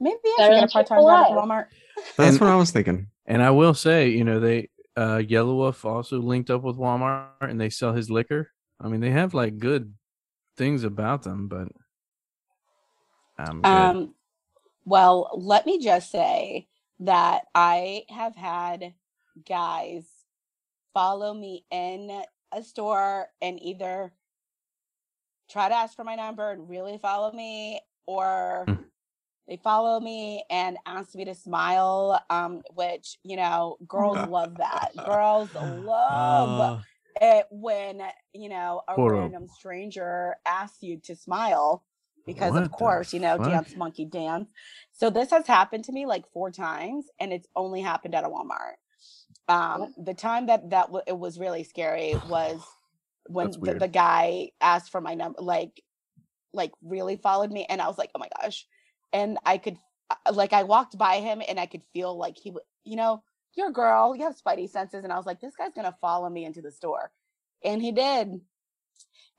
Speaker 3: Maybe I
Speaker 2: Better
Speaker 3: should get
Speaker 2: than
Speaker 3: a part time job at
Speaker 2: Chick-fil-A.
Speaker 3: Walmart.
Speaker 4: that's
Speaker 1: And-
Speaker 4: what I was thinking.
Speaker 1: And I will say, you know, they uh Yellow Wolf also linked up with Walmart and they sell his liquor. I mean, they have like good things about them, but I'm good.
Speaker 3: Um, well, let me just say that I have had guys follow me in a store and either try to ask for my number and really follow me, or
Speaker 1: Mm.
Speaker 3: they follow me and ask me to smile. Um, which you know, girls love that. Girls love
Speaker 4: Uh,
Speaker 3: it when you know a
Speaker 1: Horrible.
Speaker 3: random stranger asks you to smile because
Speaker 1: What the
Speaker 3: of course you know
Speaker 1: fuck?
Speaker 3: dance monkey dance so this has happened to me like four times and it's only happened at a walmart um the time that that w- it was really scary was when
Speaker 1: That's
Speaker 3: the,
Speaker 1: weird.
Speaker 3: the guy asked for my number like like really followed me and i was like oh my gosh and i could uh, like i walked by him and i could feel like he w- you know you're a girl you have spidey senses and i was like this guy's gonna follow me into the store and he did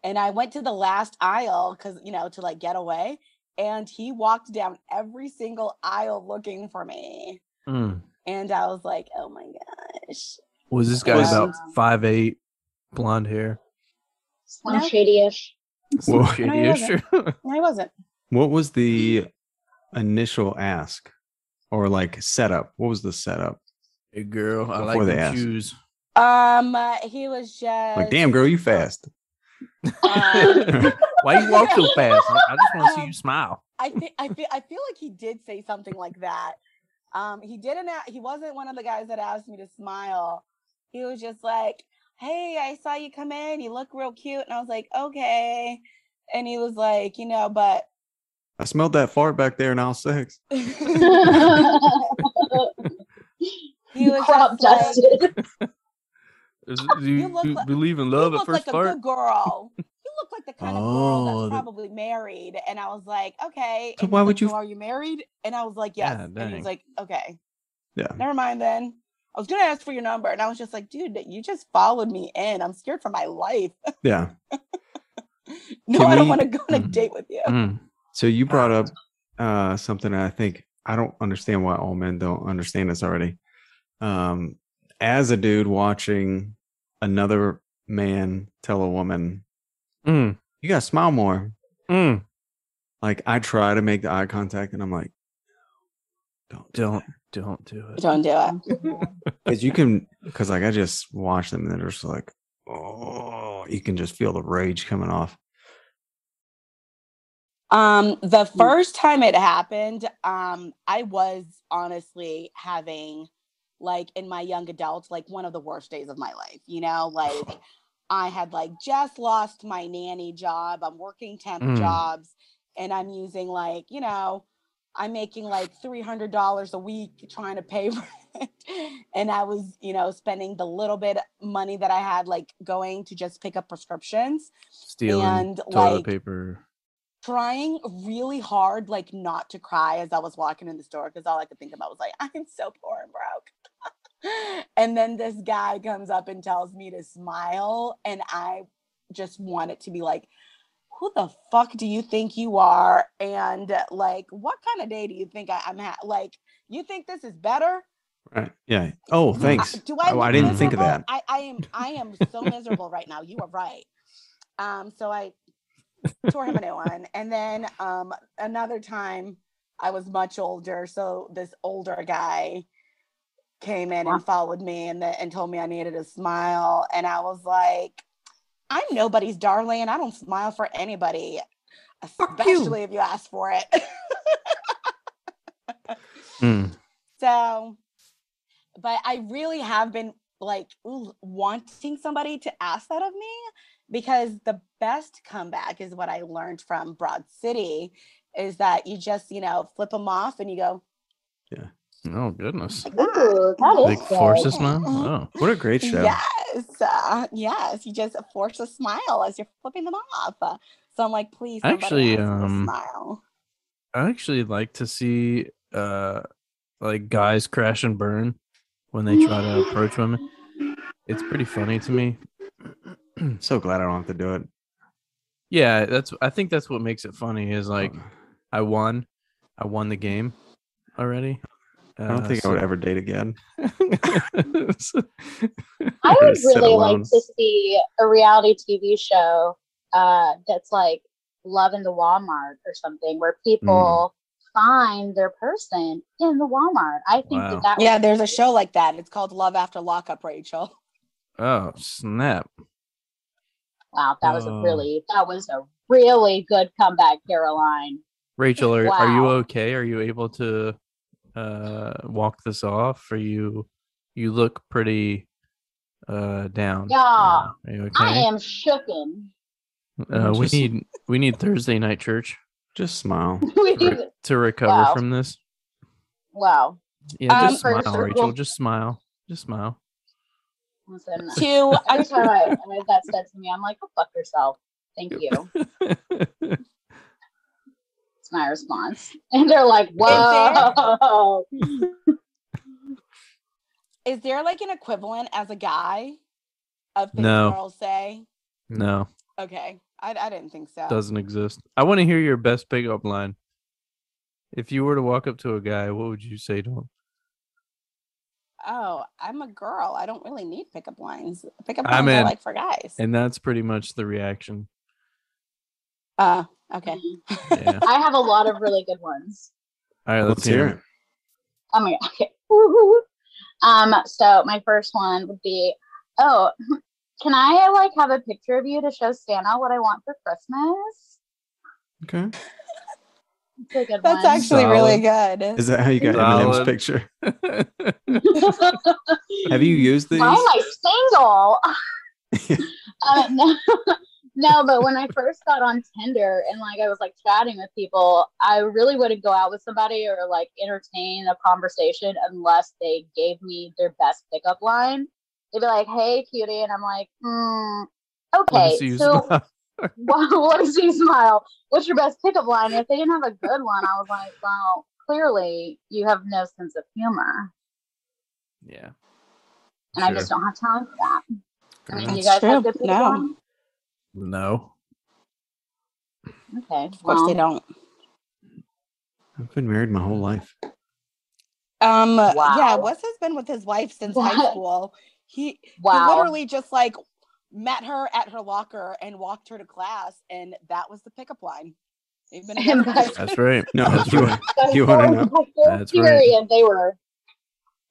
Speaker 3: and i went to the last aisle because you know to like get away and he walked down every single aisle looking for me
Speaker 1: Mm.
Speaker 3: and i was like oh my gosh
Speaker 1: Was this guy
Speaker 4: Was-
Speaker 1: about five eight, blonde hair?
Speaker 2: Slim
Speaker 3: No.
Speaker 2: shady-ish.
Speaker 1: Some
Speaker 4: Whoa.
Speaker 1: shady
Speaker 3: No, he
Speaker 1: issue.
Speaker 3: no he wasn't
Speaker 4: What was the initial ask or like setup? What was the setup?
Speaker 1: hey girl, I like
Speaker 4: Before they
Speaker 1: the
Speaker 4: ask.
Speaker 1: shoes.
Speaker 3: um uh, he was just
Speaker 4: Like, damn, girl, you fast.
Speaker 3: um,
Speaker 1: Why you walk so fast? I, I just want to see you smile.
Speaker 3: I think I feel I feel like he did say something like that. Um, he didn't. a- He wasn't one of the guys that asked me to smile. He was just like, "Hey, I saw you come in. You look real cute," and I was like, "Okay." And he was like, "You know, but
Speaker 4: I smelled that fart back there in aisle six.
Speaker 3: he
Speaker 2: Crop
Speaker 3: was just like,
Speaker 2: dusted.
Speaker 1: Is- Do you,
Speaker 3: look
Speaker 1: do-
Speaker 3: like-
Speaker 1: believe in
Speaker 3: you
Speaker 1: love at
Speaker 3: look
Speaker 1: first
Speaker 3: like a
Speaker 1: part?
Speaker 3: good girl. You look like the kind of girl
Speaker 1: Oh,
Speaker 3: that's
Speaker 1: the-
Speaker 3: probably married." And I was like, "Okay."
Speaker 4: So
Speaker 3: And he's
Speaker 4: why would
Speaker 3: like,
Speaker 4: you-
Speaker 3: "So Are you married? And I was like, "Yes."
Speaker 1: Yeah,
Speaker 3: and he
Speaker 1: dang.
Speaker 3: was like, "Okay."
Speaker 4: Yeah.
Speaker 3: never mind then. I was gonna ask for your number, and I was just like, dude, you just followed me in. I'm scared for my life.
Speaker 4: Yeah.
Speaker 3: no,
Speaker 4: Can
Speaker 3: I don't
Speaker 4: we-
Speaker 3: want to go on a
Speaker 1: Mhm.
Speaker 3: date with you.
Speaker 1: Mm.
Speaker 4: So you brought up uh, something that I think I don't understand why all men don't understand this already. Um, as a dude watching another man tell a woman,
Speaker 1: Mm.
Speaker 4: "You gotta smile more,"
Speaker 1: Mm.
Speaker 4: like I try to make the eye contact, and I'm like, "Don't,
Speaker 1: Don't don't do it.
Speaker 3: Don't do it.
Speaker 4: Because you can, because like I just watch them, and they're just like, "Oh," you can just feel the rage coming off.
Speaker 3: Um, the first time it happened, um, I was honestly having like in my young adult, like one of the worst days of my life, you know, like I had like just lost my nanny job. I'm working temp
Speaker 1: Mm.
Speaker 3: jobs and I'm using like, you know, I'm making like $300 a week trying to pay rent. and I was, you know, spending the little bit money that I had like going to just pick up prescriptions
Speaker 1: Stealing
Speaker 3: and
Speaker 1: toilet
Speaker 3: like
Speaker 1: paper.
Speaker 3: trying really hard like not to cry as I was walking in the store because all I could think about was like I'm so poor and broke. and then this guy comes up and tells me to smile and I just want it to be like who the fuck do you think you are and uh, like what kind of day do you think I, I'm ha- like you think this is better
Speaker 4: Right. Yeah.
Speaker 1: Mm-hmm.
Speaker 4: Oh,
Speaker 3: I-
Speaker 4: thanks.
Speaker 3: do I?
Speaker 4: Oh, I
Speaker 3: look
Speaker 4: didn't think of
Speaker 3: miserable?
Speaker 4: that.
Speaker 3: I, I am. I am so miserable right now. You are right. Um. So I tore him a new one, and then um another time I was much older. So this older guy came in and followed me and the, and told me I needed a smile, and I was like, I'm nobody's darling. I don't smile for anybody, especially if you ask for it.
Speaker 1: Mm.
Speaker 3: So, but I really have been like ooh, wanting somebody to ask that of me because the best comeback is what I learned from Broad City is that you just, you know, flip them off and you go,
Speaker 1: Oh goodness.
Speaker 3: like, "Ah."
Speaker 2: Ooh, that is
Speaker 1: Like force
Speaker 2: good.
Speaker 1: a smile. Oh.
Speaker 4: What a great show.
Speaker 3: Yes. Uh, yes. You just force a smile as you're flipping them off. Uh, So I'm like, please, somebody
Speaker 1: Actually,
Speaker 3: ask me to
Speaker 1: um,
Speaker 3: smile.
Speaker 1: I actually like to see uh like guys crash and burn when they try to approach women. It's pretty funny to me.
Speaker 4: So glad I don't have to do it.
Speaker 1: Yeah, that's I think that's what makes it funny is like I won. I won the game already.
Speaker 4: I don't
Speaker 1: Uh,
Speaker 4: think
Speaker 1: so-
Speaker 4: I would ever date again.
Speaker 2: I
Speaker 4: Or
Speaker 2: would
Speaker 4: sit
Speaker 2: really
Speaker 4: alone.
Speaker 2: like to see a reality TV show uh, that's like Love in the Walmart or something, where people find their person in the Walmart. I think
Speaker 1: Wow.
Speaker 2: that that would
Speaker 3: Yeah, there's a show like that. It's called Love After Lockup, Rachel.
Speaker 1: oh snap!
Speaker 2: wow, that was a
Speaker 1: Oh.
Speaker 2: really that was a really good comeback, Caroline.
Speaker 1: Rachel, are, are you
Speaker 2: Wow.
Speaker 1: okay? Are you able to uh, walk this off? Are you you look pretty uh, down?
Speaker 2: Yeah,
Speaker 1: Are you
Speaker 2: I
Speaker 1: okay?
Speaker 2: am shooken.
Speaker 1: Uh, we
Speaker 4: Just-
Speaker 1: need we need Thursday night church
Speaker 4: Just smile.
Speaker 2: We
Speaker 1: Right.
Speaker 2: did-
Speaker 1: to recover
Speaker 2: Wow.
Speaker 1: from this.
Speaker 2: wow.
Speaker 1: Yeah,
Speaker 3: Um,
Speaker 1: just
Speaker 2: for
Speaker 1: smile,
Speaker 2: sure.
Speaker 1: Rachel. Just smile. Just smile.
Speaker 2: Listen,
Speaker 3: Two,
Speaker 2: every time I, I had that said to me, I'm like, go fuck yourself. Thank you. It's my response. And they're like,
Speaker 3: there-
Speaker 2: whoa.
Speaker 3: is there like an equivalent as a guy of things
Speaker 1: No.
Speaker 3: girls say?
Speaker 1: no,
Speaker 3: Okay, I, I didn't think so.
Speaker 1: doesn't exist. I want to hear your best pickup line. If you were to walk up to a guy, what would you say to him?
Speaker 3: oh, I'm a girl. I don't really need pickup lines. Pickup lines
Speaker 1: I'm
Speaker 3: I
Speaker 1: in.
Speaker 3: like for guys.
Speaker 1: And that's pretty much the reaction.
Speaker 3: Uh, okay.
Speaker 1: Yeah.
Speaker 2: I have a lot of really good ones.
Speaker 1: All right, let's, hear it.
Speaker 2: Oh my god. Okay. Woo-hoo-hoo. Um, so my first one would be, oh, can I like have a picture of you to show Santa what I want for Christmas?
Speaker 4: Okay.
Speaker 2: It's a good
Speaker 3: That's
Speaker 2: one.
Speaker 3: actually really good.
Speaker 4: Is that how you got
Speaker 1: Solid.
Speaker 4: Eminem's picture? Have you used these?
Speaker 2: Why am I single? Uh, no, no, but when I first got on Tinder and like I was like chatting with people, I really wouldn't go out with somebody or like entertain a conversation unless they gave me their best pickup line. They'd be like, "Hey, cutie," and I'm like, mm,
Speaker 1: Let me
Speaker 2: "Okay,
Speaker 1: see you
Speaker 2: so
Speaker 1: smile.
Speaker 2: what, what does he smile? What's your best pickup line?" And if they didn't have a good one, I was like, "Well, clearly you have no sense of humor,
Speaker 1: Yeah.
Speaker 2: and I just don't have time for that." I mean, you
Speaker 3: That's
Speaker 2: guys have
Speaker 3: true.
Speaker 2: good pickup
Speaker 3: No.
Speaker 2: lines?
Speaker 1: No.
Speaker 2: Okay,
Speaker 3: Of course
Speaker 2: well,
Speaker 3: they don't.
Speaker 4: I've been married my whole life.
Speaker 3: Um, yeah,
Speaker 2: Wow.
Speaker 3: Wes has been with his wife since
Speaker 2: What?
Speaker 3: high school. He, he
Speaker 2: Wow.
Speaker 3: literally just like met her at her locker and walked her to class, and that was the pickup line. They've been together for
Speaker 2: That's
Speaker 1: That's right.
Speaker 4: No,
Speaker 1: That's
Speaker 4: you-
Speaker 1: right.
Speaker 4: You wanna know?
Speaker 1: That's
Speaker 2: That's
Speaker 1: right.
Speaker 2: period, They were.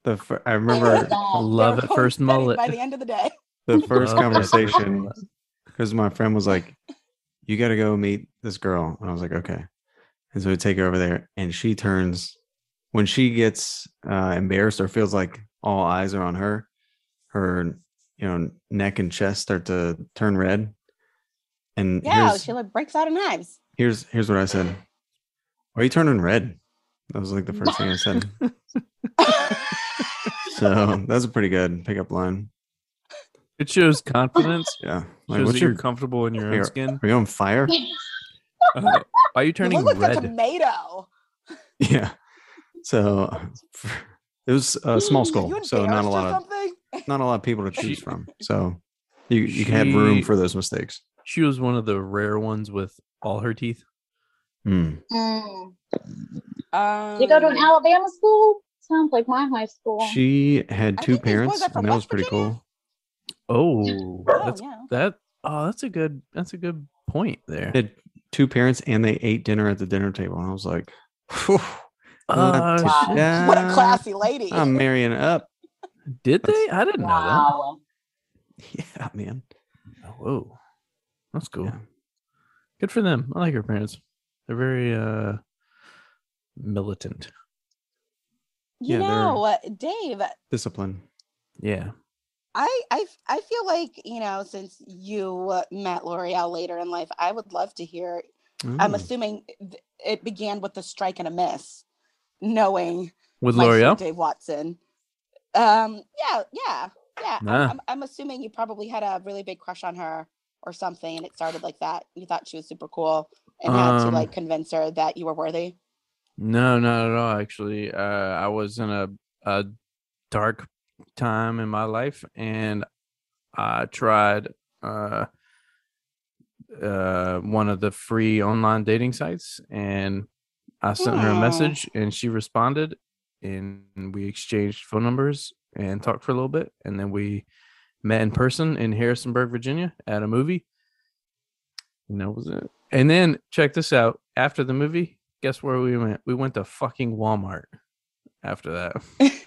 Speaker 4: the fir- I remember
Speaker 1: I love
Speaker 3: They're
Speaker 1: at first
Speaker 3: both finished
Speaker 1: mullet.
Speaker 3: By the end of the day,
Speaker 4: the first
Speaker 1: Love at first
Speaker 4: conversation
Speaker 1: mullet.
Speaker 4: because my friend was like, "You got to go meet this girl," and I was like, "Okay." And so we take her over there, and she turns when she gets uh, embarrassed or feels like all eyes are on her. Her, you know, neck and chest start to turn red. And
Speaker 3: Yeah,
Speaker 4: here's,
Speaker 3: she like breaks out in knives.
Speaker 4: here's here's what I said. Why are you turning red? That was like the first thing I said. So that's a pretty good pickup line.
Speaker 1: It shows confidence.
Speaker 4: Yeah. Like,
Speaker 1: Shows
Speaker 4: what's
Speaker 1: that you're
Speaker 4: your?
Speaker 1: comfortable in your own
Speaker 4: Here.
Speaker 1: skin.
Speaker 4: Are you on fire?
Speaker 1: Uh, why are you turning
Speaker 3: you look like a
Speaker 1: red?
Speaker 3: tomato.
Speaker 4: Yeah. So it was a small
Speaker 3: You
Speaker 4: school, so not
Speaker 3: embarrassed
Speaker 4: a
Speaker 3: or
Speaker 4: lot of
Speaker 3: something?
Speaker 4: not a lot of people to
Speaker 1: She-
Speaker 4: choose from. So you you had room
Speaker 1: She-
Speaker 4: for those mistakes.
Speaker 1: She was one of the rare ones with all her teeth.
Speaker 4: Hmm.
Speaker 2: Mm.
Speaker 3: Um,
Speaker 2: Did you go to an Alabama school? Sounds like my high school.
Speaker 4: She had
Speaker 3: I
Speaker 4: two
Speaker 3: think these boys
Speaker 4: parents,
Speaker 3: are from
Speaker 4: and that was
Speaker 3: West
Speaker 4: pretty
Speaker 3: Virginia.
Speaker 4: cool.
Speaker 1: Oh,
Speaker 3: Oh,
Speaker 1: that's
Speaker 3: yeah.
Speaker 1: that. Oh, that's a good. That's a good point there.
Speaker 4: They had two parents, and they ate dinner at the dinner table, and I was like, "Phew,
Speaker 1: Uh,
Speaker 4: not
Speaker 2: Wow.
Speaker 4: today.
Speaker 3: What a classy lady.
Speaker 4: I'm marrying up."
Speaker 1: Did they? I didn't know
Speaker 2: Wow.
Speaker 4: Yeah, man.
Speaker 1: that. Oh, Whoa, that's cool.
Speaker 4: Yeah.
Speaker 1: Good for them. I like her parents. They're very uh militant.
Speaker 4: yeah,
Speaker 3: you
Speaker 4: they're-
Speaker 3: know, uh, Dave,
Speaker 4: Discipline.
Speaker 1: Yeah.
Speaker 3: I, I I feel like you know since you uh, met L'Oreal later in life, I would love to hear. I'm
Speaker 4: Ooh.
Speaker 3: assuming th- it began with a strike and a miss, knowing
Speaker 1: With
Speaker 3: my friend
Speaker 1: L'Oreal.
Speaker 3: Dave Watson. Um, yeah, yeah, yeah. I'm-
Speaker 1: Nah.
Speaker 3: I'm, I'm assuming you probably had a really big crush on her or something, and it started like that. You thought she was super cool and had to
Speaker 1: Um,
Speaker 3: like convince her that you were worthy.
Speaker 1: No, not at all. Actually, uh, I was in a a dark time in my life, and I tried uh, uh, one of the free online dating sites, and I sent her a
Speaker 3: Yeah.
Speaker 1: message, and she responded, and we exchanged phone numbers and talked for a little bit, and then we met in person in Harrisonburg, Virginia, at a movie. And that was it. And then check this out. After the movie, guess where we went? We went to fucking Walmart. After that,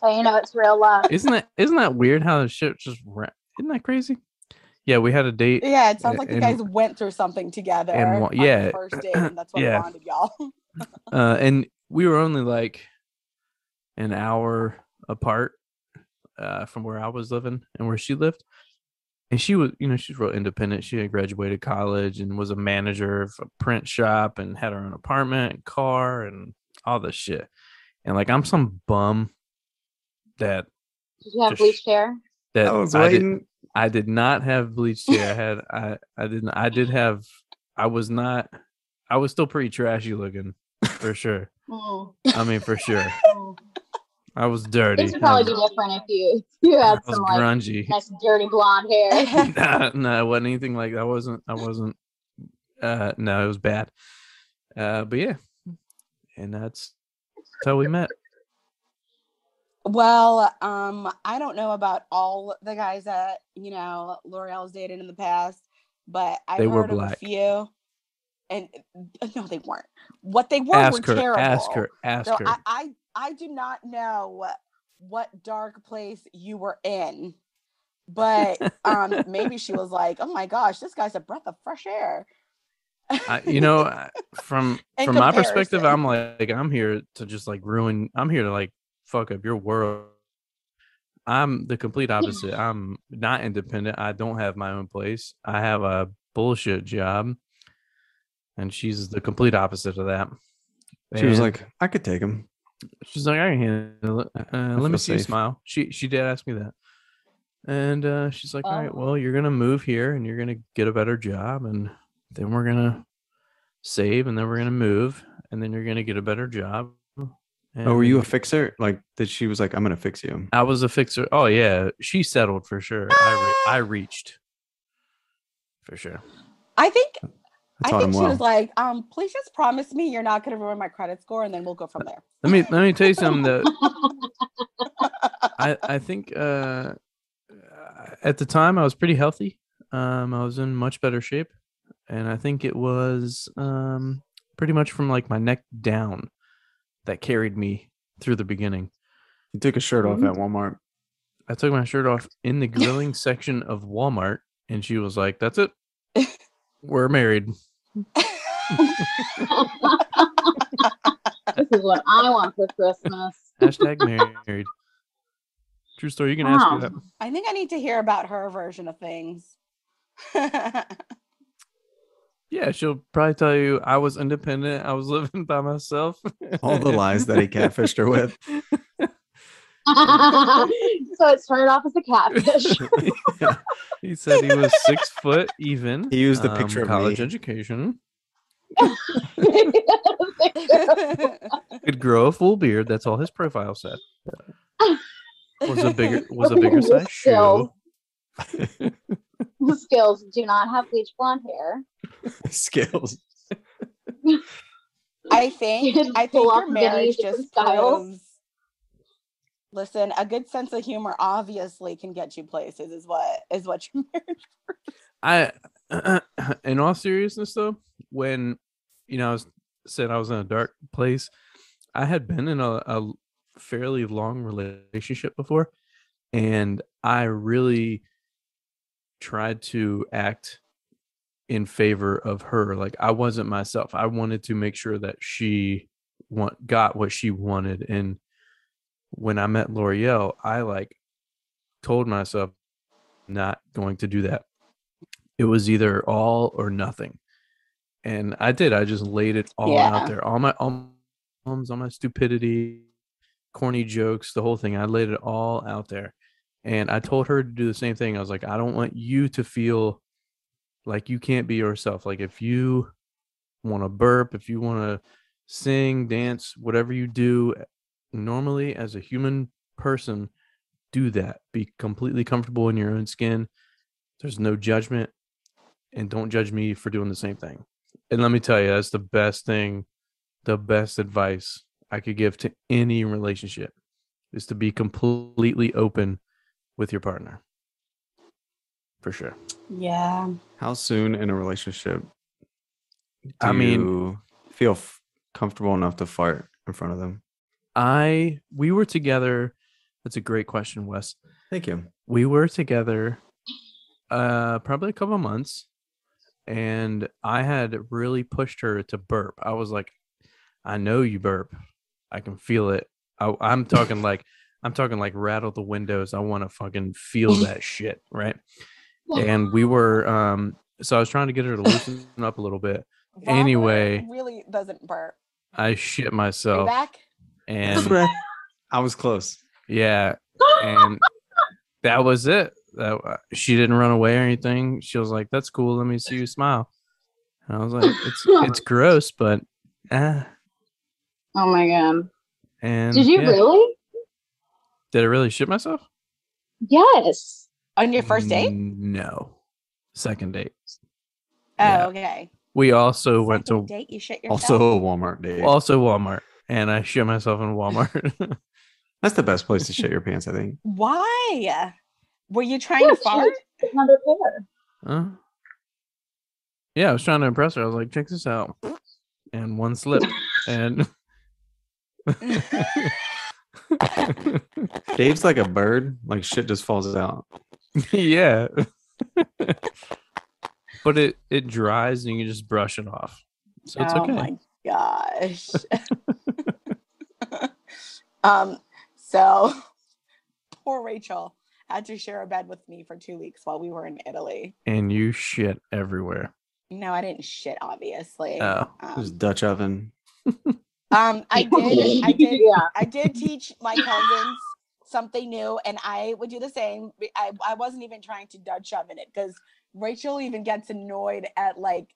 Speaker 2: So you know it's real love.
Speaker 1: isn't that isn't that weird how the shit just ra- isn't that crazy? Yeah, we had a date.
Speaker 3: Yeah, it sounds like
Speaker 1: and-
Speaker 3: you guys went through something together.
Speaker 1: and wa-
Speaker 3: on your
Speaker 1: yeah,
Speaker 3: first date, and that's what
Speaker 1: yeah.
Speaker 3: bonded y'all.
Speaker 1: uh, and we were only like an hour apart uh, from where I was living and where she lived. And she was, you know, she's real independent. She had graduated college and was a manager of a print shop and had her own apartment and car and all this shit. And like, I'm some bum that
Speaker 2: Did you have
Speaker 1: Just-
Speaker 2: bleached hair?
Speaker 1: that
Speaker 4: I was
Speaker 1: did-
Speaker 4: waiting.
Speaker 1: I did not have bleached hair. I had I I didn't I did have I was not I was still pretty trashy looking for sure.
Speaker 2: Mm.
Speaker 1: I mean for sure.
Speaker 2: Mm.
Speaker 1: I was dirty.
Speaker 2: Things would probably
Speaker 1: I
Speaker 2: be
Speaker 1: was,
Speaker 2: different if you you had
Speaker 1: I was
Speaker 2: some like
Speaker 1: grungy.
Speaker 2: nice dirty blonde
Speaker 1: no,
Speaker 2: hair.
Speaker 1: no, it wasn't anything like that. I wasn't I wasn't uh no, it was bad. Uh but yeah. And that's that's how we met.
Speaker 3: Well, um, I don't know about all the guys that you know L'Oreal's dated in the past, but I
Speaker 1: They
Speaker 3: heard
Speaker 1: were
Speaker 3: of a
Speaker 1: black.
Speaker 3: few, and uh, no, they weren't. What they were
Speaker 1: Ask
Speaker 3: were
Speaker 1: her,
Speaker 3: terrible.
Speaker 1: ask her, ask
Speaker 3: so
Speaker 1: her.
Speaker 3: I, I, I do not know what, what dark place you were in, but um, maybe she was like, "Oh my gosh, this guy's a breath of fresh air."
Speaker 1: I, you know, I- from
Speaker 3: In
Speaker 1: from my perspective,
Speaker 3: comparison.
Speaker 1: I'm like, I'm here to just like ruin. I'm here to like fuck up your world. I'm the complete opposite. I'm not independent. I don't have my own place. I have a bullshit job, and she's the complete opposite of that.
Speaker 4: She was
Speaker 1: And
Speaker 4: like, "I could take him."
Speaker 1: she's like, I can handle it. Uh, let me
Speaker 4: feel
Speaker 1: see you
Speaker 4: safe."
Speaker 1: smile. She she did ask me that, and uh, she's like, all right,
Speaker 3: Oh.
Speaker 1: well, you're gonna move here, and you're gonna get a better job, and then we're gonna save, and then we're gonna move, and then you're gonna get a better job.
Speaker 4: Oh, were
Speaker 1: and
Speaker 4: you a fixer? Like that? She was like, "I'm gonna fix you."
Speaker 1: I was a fixer. Oh yeah, she settled for sure. I re- I reached for sure.
Speaker 3: I think
Speaker 4: I
Speaker 3: I
Speaker 4: taught him
Speaker 3: think she
Speaker 4: well.
Speaker 3: was like, um, "Please just promise me you're not going to ruin my credit score, and then we'll go from there."
Speaker 1: Let me let me tell you something that I I think uh, at the time I was pretty healthy. Um, I was in much better shape, and I think it was um, pretty much from like my neck down that carried me through the beginning.
Speaker 4: He took his shirt off at
Speaker 1: Mm-hmm.
Speaker 4: Walmart.
Speaker 1: I took my shirt off in the grilling section of Walmart, and she was like, "That's it, we're married."
Speaker 2: this is what I want for Christmas.
Speaker 1: Hashtag married. True story. You can ask her
Speaker 2: Wow.
Speaker 1: that.
Speaker 3: I think I need to hear about her version of things. That's
Speaker 1: Yeah, she'll probably tell you I was independent. I was living by myself.
Speaker 4: All the lies that he catfished her with.
Speaker 2: so it started off as a catfish.
Speaker 1: He said he was six foot even. um,
Speaker 4: He used the picture of
Speaker 1: college
Speaker 4: me.
Speaker 1: education.
Speaker 2: That's
Speaker 1: Could grow a full beard. That's all his profile said. Was a bigger was a bigger size shoe.
Speaker 2: Still. Skills do not have bleach blonde hair.
Speaker 4: Skills.
Speaker 3: I think
Speaker 2: You
Speaker 3: I think
Speaker 2: pull off
Speaker 3: your
Speaker 2: many
Speaker 3: marriage
Speaker 2: different
Speaker 3: just
Speaker 2: styles.
Speaker 3: proves. Listen, a good sense of humor obviously can get you places. Is what is what your marriage.
Speaker 1: I, in all seriousness though, when you know I was said I was in a dark place, I had been in a, a fairly long relationship before, and I really tried to act in favor of her. Like I wasn't myself. I wanted to make sure that she want got what she wanted. And when I met L'Oreal, I like told myself not going to do that it was either all or nothing and i did i just laid it all
Speaker 3: Yeah.
Speaker 1: out there all my all my problems all my stupidity corny jokes the whole thing i laid it all out there and i told her to do the same thing i was like i don't want you to feel like you can't be yourself like if you want to burp if you want to sing dance whatever you do eh, normally as a human person do that be completely comfortable in your own skin there's no judgment and don't judge me for doing the same thing and let me tell you that's the best thing the best advice i could give to any relationship is to be completely open with your partner for sure
Speaker 3: Yeah.
Speaker 4: How soon in a relationship do
Speaker 1: I mean-
Speaker 4: you feel f- comfortable enough to fart in front of them?
Speaker 1: i we were together that's a great question wes
Speaker 4: Thank you.
Speaker 1: we were together uh probably a couple months and i had really pushed her to burp i was like i know you burp i can feel it I, i'm talking like i'm talking like rattle the windows i want to fucking feel that shit right and we were um so i was trying to get her to loosen up a little bit
Speaker 3: Robert
Speaker 1: Anyway.
Speaker 3: really doesn't burp.
Speaker 1: i shit
Speaker 3: Are you
Speaker 1: myself
Speaker 3: back?
Speaker 1: and
Speaker 4: I was close.
Speaker 1: Yeah, and that was it. That uh, she didn't run away or anything. She was like, "That's cool. Let me see you smile." And I was like, "It's it's gross, but eh."
Speaker 2: Oh my god.
Speaker 1: And
Speaker 2: Did you
Speaker 1: yeah.
Speaker 2: really?
Speaker 1: Did I really shit myself?
Speaker 2: Yes.
Speaker 3: On your first
Speaker 1: mm,
Speaker 3: date?
Speaker 1: No, second date. yeah.
Speaker 3: Oh, okay.
Speaker 1: We also went to
Speaker 3: Second date. You shit yourself.
Speaker 4: Also a Walmart date.
Speaker 1: also Walmart, and I shit myself in Walmart.
Speaker 4: That's the best place to shit your pants, I think.
Speaker 3: why? Were you trying to
Speaker 2: Yes, you-
Speaker 3: fart?
Speaker 2: Another pair.
Speaker 1: Huh? Yeah, I was trying to impress her. I was like, "Check this out," and one slipped, and
Speaker 4: Dave's like a bird, like shit just falls out.
Speaker 1: yeah. but it it dries and you can just brush it off. So it's
Speaker 3: oh
Speaker 1: okay.
Speaker 3: my gosh. um, so poor Rachel had to share a bed with me for two weeks while we were in Italy.
Speaker 1: And you shit everywhere.
Speaker 3: No, I didn't shit, obviously.
Speaker 1: Oh,
Speaker 4: It was
Speaker 3: Um,
Speaker 4: Dutch oven.
Speaker 3: um, I did I did
Speaker 2: yeah.
Speaker 3: I did teach my cousins something new, and I would do the same. Be- I, I wasn't even trying to Dutch oven it because Rachel even gets annoyed at like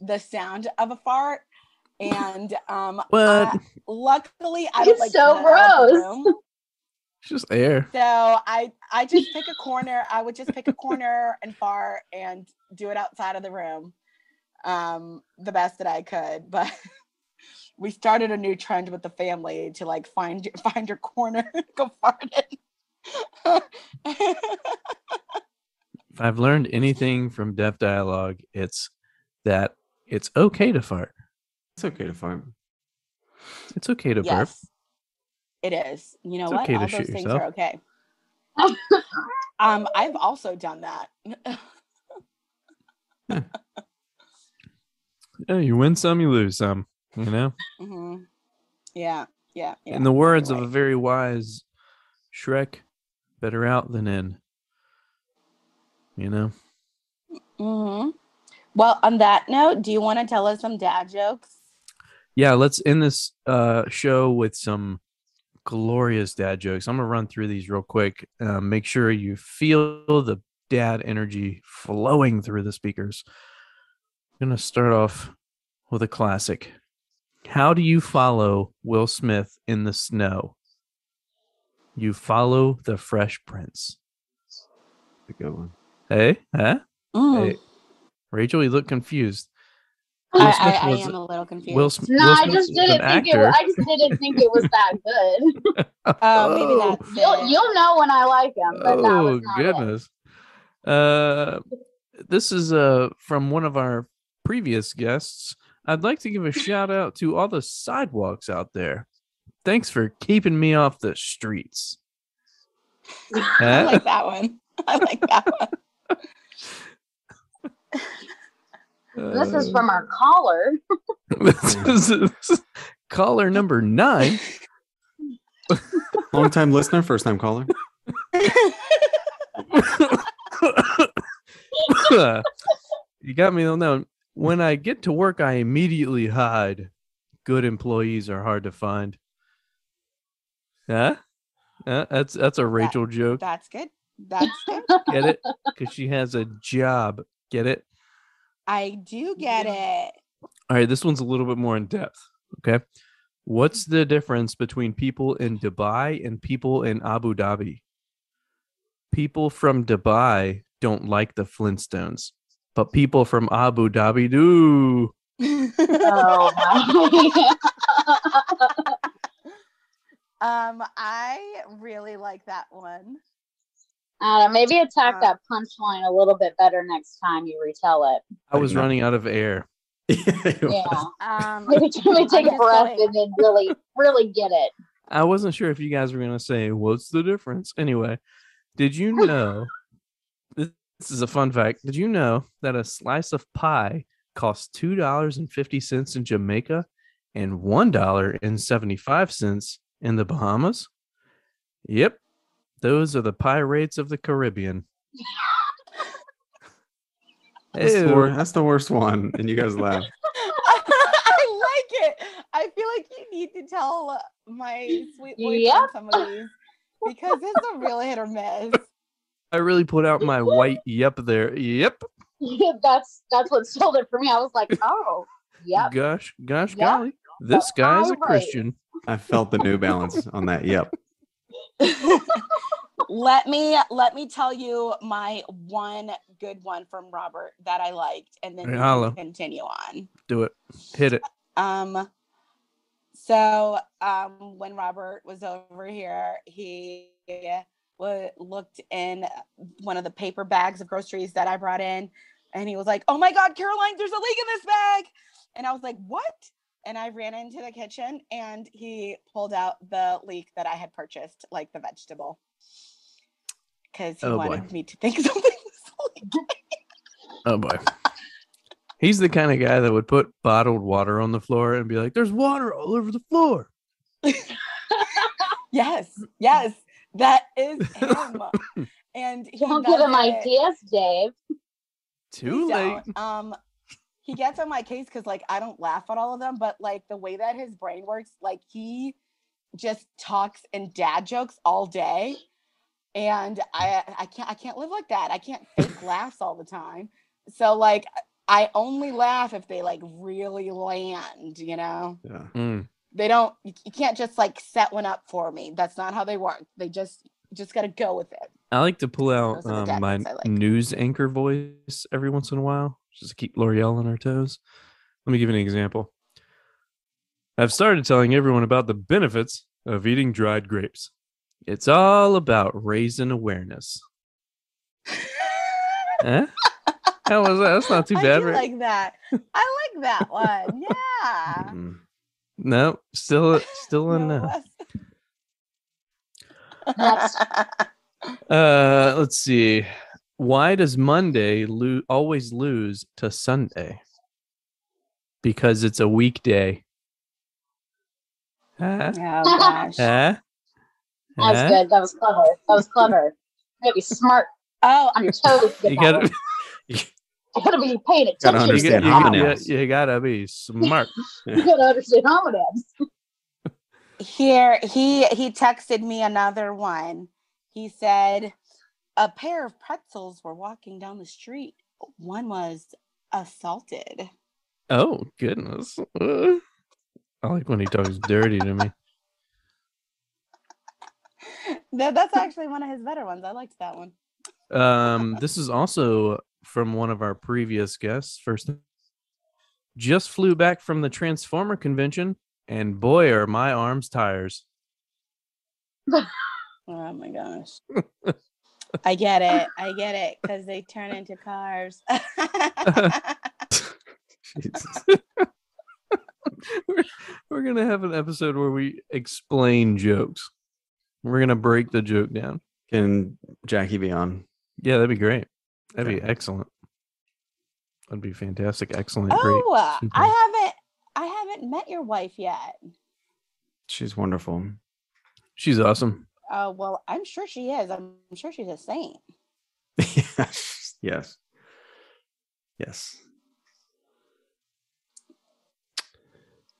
Speaker 3: the sound of a fart. And um,
Speaker 1: But
Speaker 3: I- luckily, I don't
Speaker 2: It's
Speaker 3: like
Speaker 2: so
Speaker 3: being out of the
Speaker 2: gross.
Speaker 3: room.
Speaker 1: it's just air.
Speaker 3: So I I just pick a corner. I would just pick a corner and fart and do it outside of the room, um, the best that I could. But we started a new trend with the family to like find your- find your corner, go fart in.
Speaker 1: If I've learned anything from Deaf Dialogue, it's that it's okay to fart.
Speaker 4: It's okay to fart.
Speaker 1: It's okay to burp.
Speaker 3: yes, it is. You know
Speaker 1: It's
Speaker 3: what?
Speaker 1: okay to
Speaker 3: All those
Speaker 1: shoot
Speaker 3: things
Speaker 1: yourself.
Speaker 3: are okay. Um, I've also done that.
Speaker 1: Yeah, you win some, you lose some. You know?
Speaker 3: hmm Mm-hmm. Yeah, Yeah. yeah.
Speaker 1: In the words of
Speaker 3: right.
Speaker 1: a very wise Shrek, better out than in. You know?
Speaker 3: hmm Well, on that note, do you want to tell us some dad jokes?
Speaker 1: Yeah, let's end this uh, show with some glorious dad jokes. I'm going to run through these real quick. Uh, make sure you feel the dad energy flowing through the speakers. I'm going to start off with a classic. How do you follow Will Smith in the snow? You follow the Fresh Prince.
Speaker 4: That's a good one.
Speaker 1: Hey, huh?
Speaker 3: Mm.
Speaker 2: Hmm.
Speaker 1: Hey, Rachel, you look confused. Will
Speaker 3: I,
Speaker 1: Smith
Speaker 3: I, I
Speaker 1: was-
Speaker 3: am a little confused.
Speaker 1: Will, Sm-
Speaker 2: No,
Speaker 1: Will
Speaker 2: I
Speaker 1: Smith
Speaker 2: just
Speaker 1: is an
Speaker 2: didn't think it.
Speaker 1: actor.
Speaker 2: Was, I just didn't think it was that good.
Speaker 3: oh, maybe that's
Speaker 2: You'll,
Speaker 3: it.
Speaker 2: you'll know when I like him. But that
Speaker 1: oh
Speaker 2: was not it.
Speaker 1: goodness. Uh, this is uh from one of our previous guests. I'd like to give a shout out to all the sidewalks out there. Thanks for keeping me off the streets.
Speaker 3: I
Speaker 2: Oh
Speaker 1: Huh?
Speaker 3: like that one. I like that one.
Speaker 2: This is
Speaker 1: Uh,
Speaker 2: from our caller.
Speaker 1: this is- this is caller number nine.
Speaker 4: Long time listener, first time caller.
Speaker 1: you got me on that one. When I get to work, I immediately hide. Good employees are hard to find. Huh? Huh? that's that's a Rachel joke.
Speaker 3: That's good. That's good.
Speaker 1: Get it? Because she has a job. Get it?
Speaker 3: I do get it.
Speaker 1: All right, this one's a little bit more in depth. Okay. What's the difference between people in Dubai and people in Abu Dhabi? People from Dubai don't like the Flintstones, but people from Abu Dhabi do.
Speaker 2: Oh my!
Speaker 3: um, I really like that one.
Speaker 2: uh, maybe attack
Speaker 3: Uh,
Speaker 2: that punchline a little bit better next time you retell it.
Speaker 1: I
Speaker 4: Like
Speaker 1: was
Speaker 4: no-
Speaker 1: running out of air.
Speaker 2: Yeah,
Speaker 3: Um,
Speaker 2: maybe, maybe take a
Speaker 3: just
Speaker 2: breath
Speaker 3: going-
Speaker 2: and then really, really get it.
Speaker 1: I wasn't sure if you guys were going to say, What's the difference? Anyway, did you know? this this is a fun fact. Did you know that a slice of pie costs $2.50 in Jamaica and $1.75 in the Bahamas? Yep. Those are the pie rates of the Caribbean.
Speaker 4: That's, the
Speaker 1: Ew.
Speaker 4: wor- that's the worst one. And you guys laugh.
Speaker 3: I like it. I feel like you need to tell my sweet boy
Speaker 2: Yep.
Speaker 3: some of these because it's a real hit or miss.
Speaker 1: I really put out my white yep there. Yep.
Speaker 2: that's that's what sold it for me. I was like, oh, yep.
Speaker 1: Gosh, gosh,
Speaker 2: Yep.
Speaker 1: golly. This guy is a
Speaker 2: pie rate.
Speaker 1: Christian.
Speaker 4: I felt the new balance on that. Yep.
Speaker 3: let me let me tell you my one good one from Robert that I liked, and then
Speaker 1: Hey,
Speaker 3: we
Speaker 1: Hollow.
Speaker 3: can continue on.
Speaker 1: Do it. Hit it.
Speaker 3: Um, so um, when Robert was over here, he wa looked in one of the paper bags of groceries that I brought in, and he was like, "Oh my God, Caroline, there's a leak in this bag!" And I was like, "What?" And I ran into the kitchen, and he pulled out the leek that I had purchased, like the vegetable, because he
Speaker 1: Oh, boy.
Speaker 3: wanted me to think something. was leaking.
Speaker 1: Oh boy. He's the kind of guy that would put bottled water on the floor and be like, there's water all over the floor.
Speaker 3: yes, yes, that is him. And he
Speaker 2: Don't give him
Speaker 3: does it-
Speaker 2: ideas, Dave.
Speaker 1: Too
Speaker 3: Please
Speaker 1: late.
Speaker 3: don't. Um, he gets on my case because like I don't laugh at all of them, but like the way that his brain works, like he just talks and dad jokes all day, and I I can't I can't live like that. I can't fake laughs all the time. So like I only laugh if they like really land. You know,
Speaker 4: Yeah.
Speaker 1: Mm.
Speaker 3: they don't. You you can't just like set one up for me. That's not how they work. They just you just gotta go with it.
Speaker 1: I like to pull out
Speaker 3: Those are the
Speaker 1: um,
Speaker 3: dad
Speaker 1: my
Speaker 3: jokes I like.
Speaker 1: news anchor voice every once in a while just to keep L'Oreal on our toes. Let me give you an example. I've started telling everyone about the benefits of eating dried grapes. It's all about raising awareness. Huh? How was that? That's not too
Speaker 3: I
Speaker 1: bad,
Speaker 3: do
Speaker 1: right?
Speaker 3: like that. I like that one. Yeah.
Speaker 4: Mm.
Speaker 1: no, still, still in
Speaker 3: No
Speaker 1: no.
Speaker 3: less.
Speaker 2: That's
Speaker 1: Uh, let's see. Why does Monday lo- always lose to Sunday? Because it's a weekday. Huh?
Speaker 3: Oh gosh. oh,
Speaker 1: Huh?
Speaker 2: That was
Speaker 1: Huh?
Speaker 2: good. That was clever. That was clever. You gotta be smart on
Speaker 3: I-
Speaker 2: your toes. To get
Speaker 1: You
Speaker 2: that
Speaker 1: gotta,
Speaker 2: one. You gotta be paying attention.
Speaker 4: Gotta
Speaker 1: you,
Speaker 4: understand
Speaker 1: gotta- you-
Speaker 4: homonyms.
Speaker 1: you- you gotta be smart.
Speaker 2: You gotta understand homonyms.
Speaker 3: here he he texted me another one. He said a pair of pretzels were walking down the street. One was assaulted.
Speaker 1: Oh goodness! Uh, I like when he talks dirty to me.
Speaker 3: That, that's actually one of his better ones. I liked that one.
Speaker 1: Um, this is also from one of our previous guests. First, just flew back from the Transformer convention, and boy, are my arms tires.
Speaker 3: Oh my gosh. I get it. I get it because they turn into cars.
Speaker 4: Jesus.
Speaker 1: we're, we're gonna have an episode where we explain jokes. We're gonna break the joke down.
Speaker 4: Can Jackie be on?
Speaker 1: Yeah, that'd be great. That'd be
Speaker 4: Yeah.
Speaker 1: excellent. That'd be fantastic. Excellent. Great.
Speaker 3: oh, uh,
Speaker 1: Super.
Speaker 3: I haven't. I haven't met your wife yet.
Speaker 4: She's wonderful.
Speaker 1: She's awesome.
Speaker 3: Uh, well, I'm sure she is. I'm sure she's a saint.
Speaker 4: yes. Yes. Yes.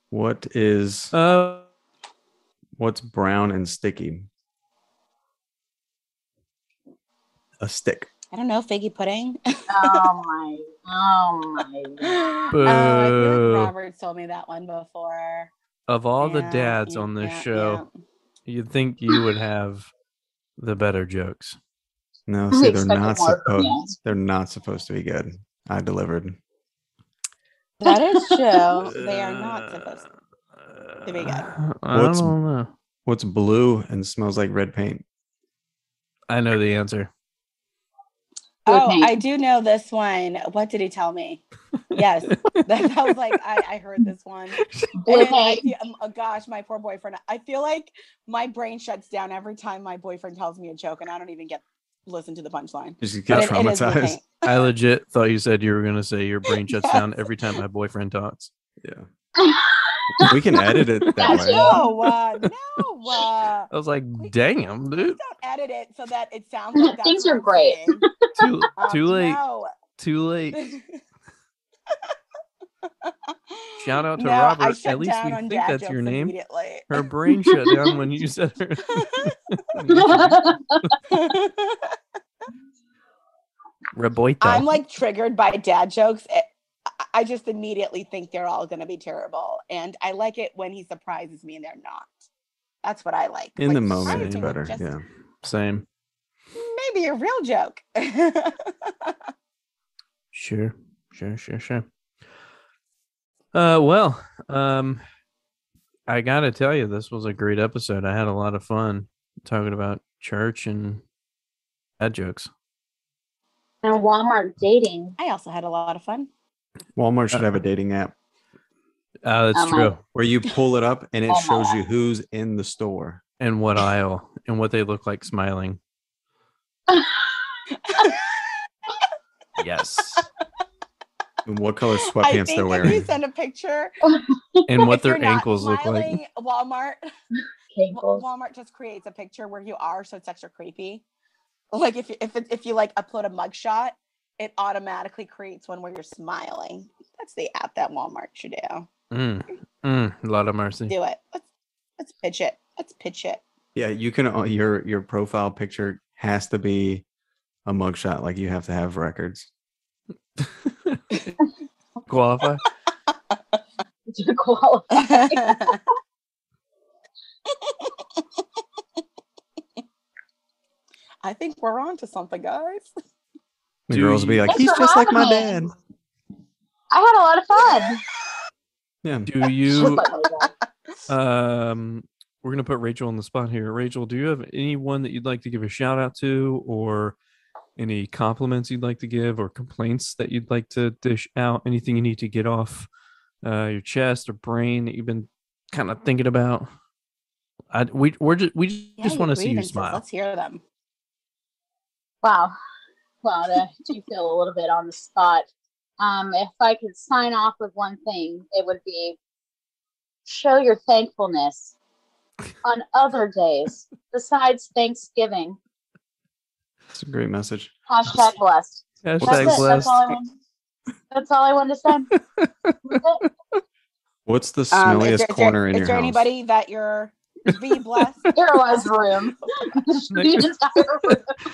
Speaker 4: What is
Speaker 1: Uh,
Speaker 4: what's brown and sticky? A stick.
Speaker 3: I don't know, figgy pudding.
Speaker 2: Oh my. Oh my.
Speaker 3: Oh, I feel
Speaker 1: Boo.
Speaker 3: like Robert told me that one before.
Speaker 1: of all the
Speaker 3: Yeah,
Speaker 1: dads
Speaker 3: yeah,
Speaker 1: on this
Speaker 3: yeah,
Speaker 1: show, you'd think you would have the better jokes.
Speaker 4: No,
Speaker 2: I
Speaker 4: see, they're
Speaker 2: expected
Speaker 4: not
Speaker 2: more from
Speaker 4: supposed.
Speaker 2: you.
Speaker 4: They're not supposed to be good. I delivered.
Speaker 3: yeah. That is true. Oh, they are not
Speaker 1: Uh,
Speaker 3: supposed. to. to be good.
Speaker 1: I
Speaker 4: What's-
Speaker 1: don't know.
Speaker 4: What's blue and smells like red paint?
Speaker 1: I know the answer.
Speaker 3: Oh,
Speaker 2: Good
Speaker 3: I do know this one. What did he tell me? Yes, that, that was like I, I heard this one.
Speaker 2: Blue
Speaker 3: And I
Speaker 2: paint.
Speaker 3: feel- um, oh gosh, my poor boyfriend. I feel like my brain shuts down every time my boyfriend tells me a joke, and I don't even get listen to the punchline.
Speaker 4: Just
Speaker 3: But
Speaker 4: get
Speaker 3: it- it is blue
Speaker 4: traumatized.
Speaker 3: paint.
Speaker 1: I legit thought you said you were gonna say your brain shuts down
Speaker 3: Yes.
Speaker 1: every time my boyfriend talks.
Speaker 4: Yeah, we can edit it that
Speaker 2: That's
Speaker 4: way.
Speaker 2: it.
Speaker 3: No, uh, no, uh,
Speaker 1: I was like,
Speaker 3: Wait.
Speaker 1: damn, dude.
Speaker 3: please don't edit it so that it sounds like that's
Speaker 2: Things
Speaker 3: what
Speaker 2: are
Speaker 3: I'm
Speaker 2: great.
Speaker 3: saying.
Speaker 1: Too
Speaker 3: Um,
Speaker 1: too late.
Speaker 3: no.
Speaker 1: Too late. Shout out to
Speaker 3: No, I
Speaker 1: Robert.
Speaker 3: shut
Speaker 1: At least
Speaker 3: down
Speaker 1: we
Speaker 3: on
Speaker 1: think
Speaker 3: dad
Speaker 1: that's your
Speaker 3: jokes
Speaker 1: name.
Speaker 3: immediately.
Speaker 1: Her brain shut down when you said her. Reboito.
Speaker 3: I'm like triggered by dad jokes. It- I- I just immediately think they're all going to be terrible, and I like it when he surprises me and they're not. That's what I like.
Speaker 4: In
Speaker 3: Like, surprise
Speaker 4: the moment, it's
Speaker 1: Same.
Speaker 3: me with
Speaker 4: better.
Speaker 3: just
Speaker 4: Yeah.
Speaker 1: Same.
Speaker 3: Maybe a real joke.
Speaker 1: Sure. Sure. Sure. Sure. Uh well, um I gotta tell you, this was a great episode. I had a lot of fun talking about church and dad jokes.
Speaker 2: And Walmart dating.
Speaker 3: I also had a lot of fun.
Speaker 4: Walmart should have a dating app
Speaker 1: Uh, that's
Speaker 2: Um, I-
Speaker 1: true.
Speaker 4: Uh-huh. where you pull it up and it
Speaker 2: Oh my
Speaker 4: shows you who's in the store.
Speaker 1: And what aisle and what they look like smiling. Yes.
Speaker 4: And what color
Speaker 3: I think
Speaker 4: sweatpants they're
Speaker 3: if you
Speaker 4: wearing.
Speaker 3: send a picture,
Speaker 1: And what
Speaker 3: if you're
Speaker 1: their
Speaker 3: not
Speaker 1: ankles look like.
Speaker 3: smiling, Walmart.
Speaker 2: Okay,
Speaker 3: Wa-
Speaker 2: cool.
Speaker 3: Walmart just creates a picture where you are, so it's extra creepy. Like if you- if it- if you like upload a mugshot, it automatically creates one where you're smiling. That's the app that Walmart should do.
Speaker 1: Mm, mm, Lord of mercy.
Speaker 3: Do it. Let's let's pitch it. Let's pitch it.
Speaker 4: Yeah, you can. uh, Your your profile picture has to be a mugshot. Like you have to have records.
Speaker 1: Qualify.
Speaker 2: To qualify.
Speaker 3: I think we're on to something, guys.
Speaker 4: The
Speaker 1: Do
Speaker 4: girls will be
Speaker 1: you-
Speaker 4: like,
Speaker 2: Thanks
Speaker 4: he's
Speaker 2: for
Speaker 4: just like my dad.
Speaker 2: having I had a lot of fun.
Speaker 4: Yeah.
Speaker 1: Do you
Speaker 2: Just like my dad.
Speaker 1: um we're gonna put Rachel on the spot here. Rachel, do you have anyone that you'd like to give a shout out to or any compliments you'd like to give or complaints that you'd like to dish out? Anything you need to get off uh, your chest or brain that you've been kind of thinking about? I, we we're just we just,
Speaker 3: Yeah, your
Speaker 1: want to see you
Speaker 3: grievances,
Speaker 1: smile.
Speaker 3: Let's hear them.
Speaker 2: Wow. Wow, that do feel a little bit on the spot. Um, if I could sign off with one thing, it would be show your thankfulness on other days besides Thanksgiving.
Speaker 4: It's a great message.
Speaker 2: Hashtag blessed. That's
Speaker 1: Hashtag
Speaker 2: it. That's
Speaker 1: blessed.
Speaker 2: all I wanted. That's all I wanted to say. That's it.
Speaker 4: What's the
Speaker 3: Um,
Speaker 4: smelliest
Speaker 3: is there, is there-
Speaker 4: corner in
Speaker 3: is
Speaker 4: your
Speaker 3: there
Speaker 4: house?
Speaker 3: anybody that you're be blessed?
Speaker 2: There was room. The entire room.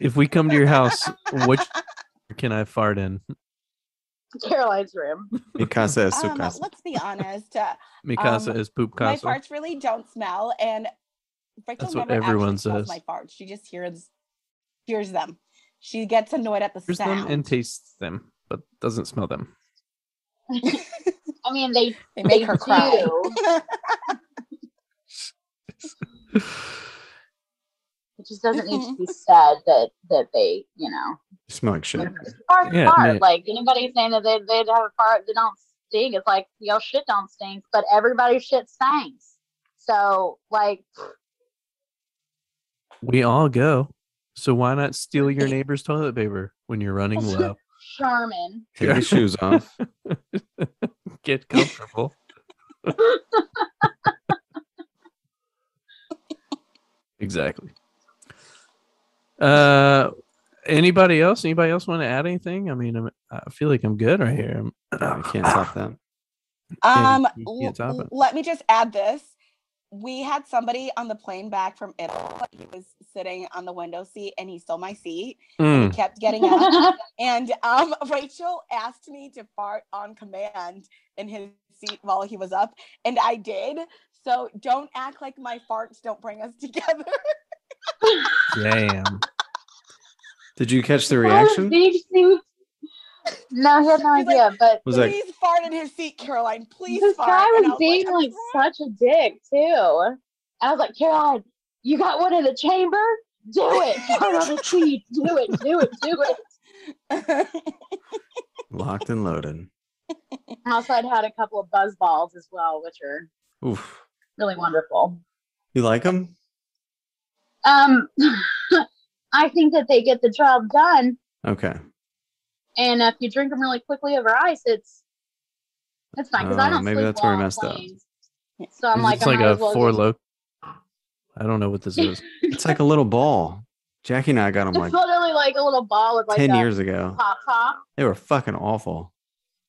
Speaker 1: If we come to your house, which can I fart in?
Speaker 2: Caroline's room.
Speaker 4: Mi casa es su
Speaker 3: Um,
Speaker 4: casa.
Speaker 3: let's be honest. Uh,
Speaker 1: Mikasa
Speaker 3: Um,
Speaker 1: is poop
Speaker 3: my
Speaker 1: casa.
Speaker 3: farts really don't smell, and Rachel
Speaker 1: That's what
Speaker 3: never
Speaker 1: everyone
Speaker 3: actually smells
Speaker 1: says.
Speaker 3: my farts. She just hears hears them. She gets annoyed at the
Speaker 1: Hears them
Speaker 3: sound.
Speaker 1: and tastes them, but doesn't smell them.
Speaker 2: I mean, they
Speaker 3: they make her cry.
Speaker 2: do. It just doesn't need to be said that that they, you know,
Speaker 4: You smell like shit.
Speaker 2: like, fart,
Speaker 1: Yeah,
Speaker 2: fart.
Speaker 1: yeah.
Speaker 2: Like anybody saying that they they'd have a fart that don't stink, it's like y'all shit don't stink, but everybody's shit stinks. So like,
Speaker 1: We all go. So why not steal your neighbor's toilet paper when you're running low?
Speaker 2: Sherman,
Speaker 4: Take your shoes off.
Speaker 1: Get comfortable. exactly. Uh, anybody else? Anybody else want to add anything? I mean, I'm, I feel like I'm good right here. I'm-
Speaker 4: I can't top that.
Speaker 1: Yeah,
Speaker 3: Um,
Speaker 1: you- you
Speaker 3: l-
Speaker 1: can't top
Speaker 3: l-
Speaker 1: it.
Speaker 3: let me just add this. We had somebody on the plane back from Italy. He was sitting on the window seat and he stole my seat. He
Speaker 1: Mm.
Speaker 3: kept getting up.
Speaker 2: I
Speaker 3: And um, Rachel asked me to fart on command in his seat while he was up. And I did. So don't act like my farts don't bring us together.
Speaker 1: Damn.
Speaker 4: Did you catch the reaction?
Speaker 2: big suit. No, he had no
Speaker 3: He's like,
Speaker 2: idea. But
Speaker 4: Was that
Speaker 3: please fart in his seat, Caroline. Please
Speaker 2: this
Speaker 3: fart.
Speaker 2: guy
Speaker 3: And I
Speaker 2: was
Speaker 3: was
Speaker 2: being
Speaker 3: "I'm
Speaker 2: like, such a dick too. I was like, Caroline, you got one in the chamber? Do it. Fart on the seat. Do it. Do it. Do it.
Speaker 3: sorry."
Speaker 4: locked and loaded?
Speaker 2: I also had had a couple of buzz balls as well, which are
Speaker 4: Oof.
Speaker 2: really wonderful.
Speaker 4: You like them?
Speaker 2: Um, I think that they get the job done,
Speaker 4: Okay.
Speaker 2: and if you drink them really quickly over ice, it's it's fine because I
Speaker 4: Oh,
Speaker 2: don't
Speaker 4: maybe
Speaker 2: sleep
Speaker 4: that's where
Speaker 2: well
Speaker 4: I
Speaker 2: on
Speaker 4: messed up.
Speaker 2: planes. So I'm
Speaker 1: It's
Speaker 2: like, I
Speaker 1: like
Speaker 2: might
Speaker 1: a
Speaker 2: as well
Speaker 1: four
Speaker 2: just-
Speaker 1: low. I don't know what this is.
Speaker 4: It's like a little ball. Jackie and I got them
Speaker 2: It's
Speaker 4: like
Speaker 2: literally like a little ball with like
Speaker 4: ten
Speaker 2: a
Speaker 4: years ago.
Speaker 2: pop pop.
Speaker 4: They were fucking awful,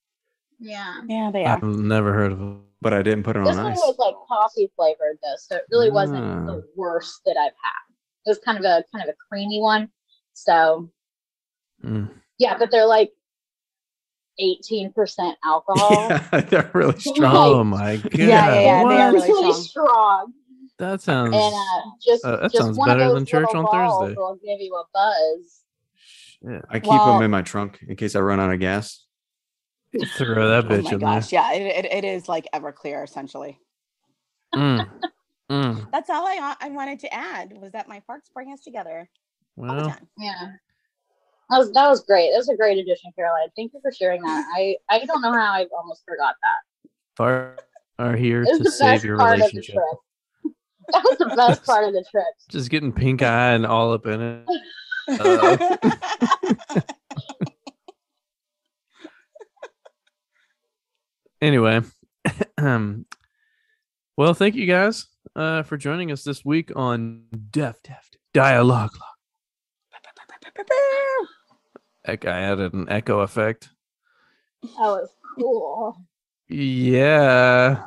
Speaker 2: Yeah.
Speaker 3: yeah, they
Speaker 1: I've never heard of it.
Speaker 4: but I didn't put it
Speaker 1: Oh,
Speaker 2: This
Speaker 4: on
Speaker 2: one
Speaker 4: ice.
Speaker 2: was like coffee flavored though, so it really wasn't
Speaker 4: Ah.
Speaker 2: the worst that I've had. It was kind of a kind of a creamy one. So
Speaker 1: Mm.
Speaker 2: yeah, but they're like eighteen percent alcohol.
Speaker 4: Yeah, they're really strong.
Speaker 1: Oh my god!
Speaker 3: yeah, yeah, they are
Speaker 1: What?
Speaker 2: It's
Speaker 3: really
Speaker 2: really
Speaker 3: strong.
Speaker 2: strong.
Speaker 1: That sounds.
Speaker 2: And uh, just
Speaker 1: Uh, that
Speaker 2: just
Speaker 1: sounds
Speaker 2: one of
Speaker 1: better
Speaker 2: those
Speaker 1: than church
Speaker 2: little
Speaker 1: on
Speaker 2: balls
Speaker 1: Thursday.
Speaker 2: Will give you a buzz.
Speaker 1: shit.
Speaker 4: I keep
Speaker 3: Well-
Speaker 4: them in my trunk in case I run out of gas.
Speaker 1: Throw that
Speaker 3: Oh
Speaker 1: bitch
Speaker 3: my
Speaker 1: in
Speaker 3: gosh, yeah, it, it, it is like Everclear essentially.
Speaker 1: there. Mm. Mm.
Speaker 3: That's all I I wanted to add was that my farts bring us together all the
Speaker 1: Well,
Speaker 3: time.
Speaker 2: Yeah. That was, that was great. That was a great addition, Caroline. Thank you for sharing that. I, I don't know how I almost forgot that.
Speaker 1: far are here
Speaker 2: It was
Speaker 1: to
Speaker 2: the
Speaker 1: save
Speaker 2: best
Speaker 1: your
Speaker 2: part of the
Speaker 1: relationship.
Speaker 2: trip. That was the best part of the trip.
Speaker 1: Just getting pink eye and all up in it. Uh, anyway, um, well, thank you guys uh, for joining us this week on Def Deft Dialogue. Lock. Heck, I added an echo effect.
Speaker 2: That was cool.
Speaker 1: Yeah.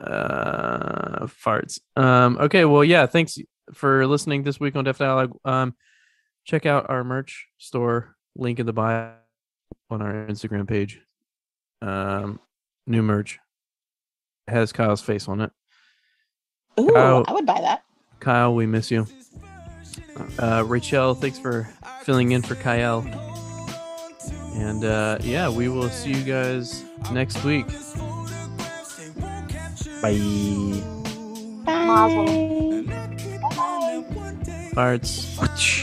Speaker 1: Uh farts. Um okay, well yeah, thanks for listening this week on Def Dialogue. Um check out our merch store link in the bio on our Instagram page. Um new merch It has Kyle's face on it.
Speaker 3: Ooh,
Speaker 1: Wow.
Speaker 3: I would buy that.
Speaker 1: Kyle, we miss you. Uh Rachel, thanks for filling in for Kyle. And uh yeah, we will see you guys next week.
Speaker 4: Bye.
Speaker 2: Mazel.
Speaker 3: Bye.
Speaker 1: Farts.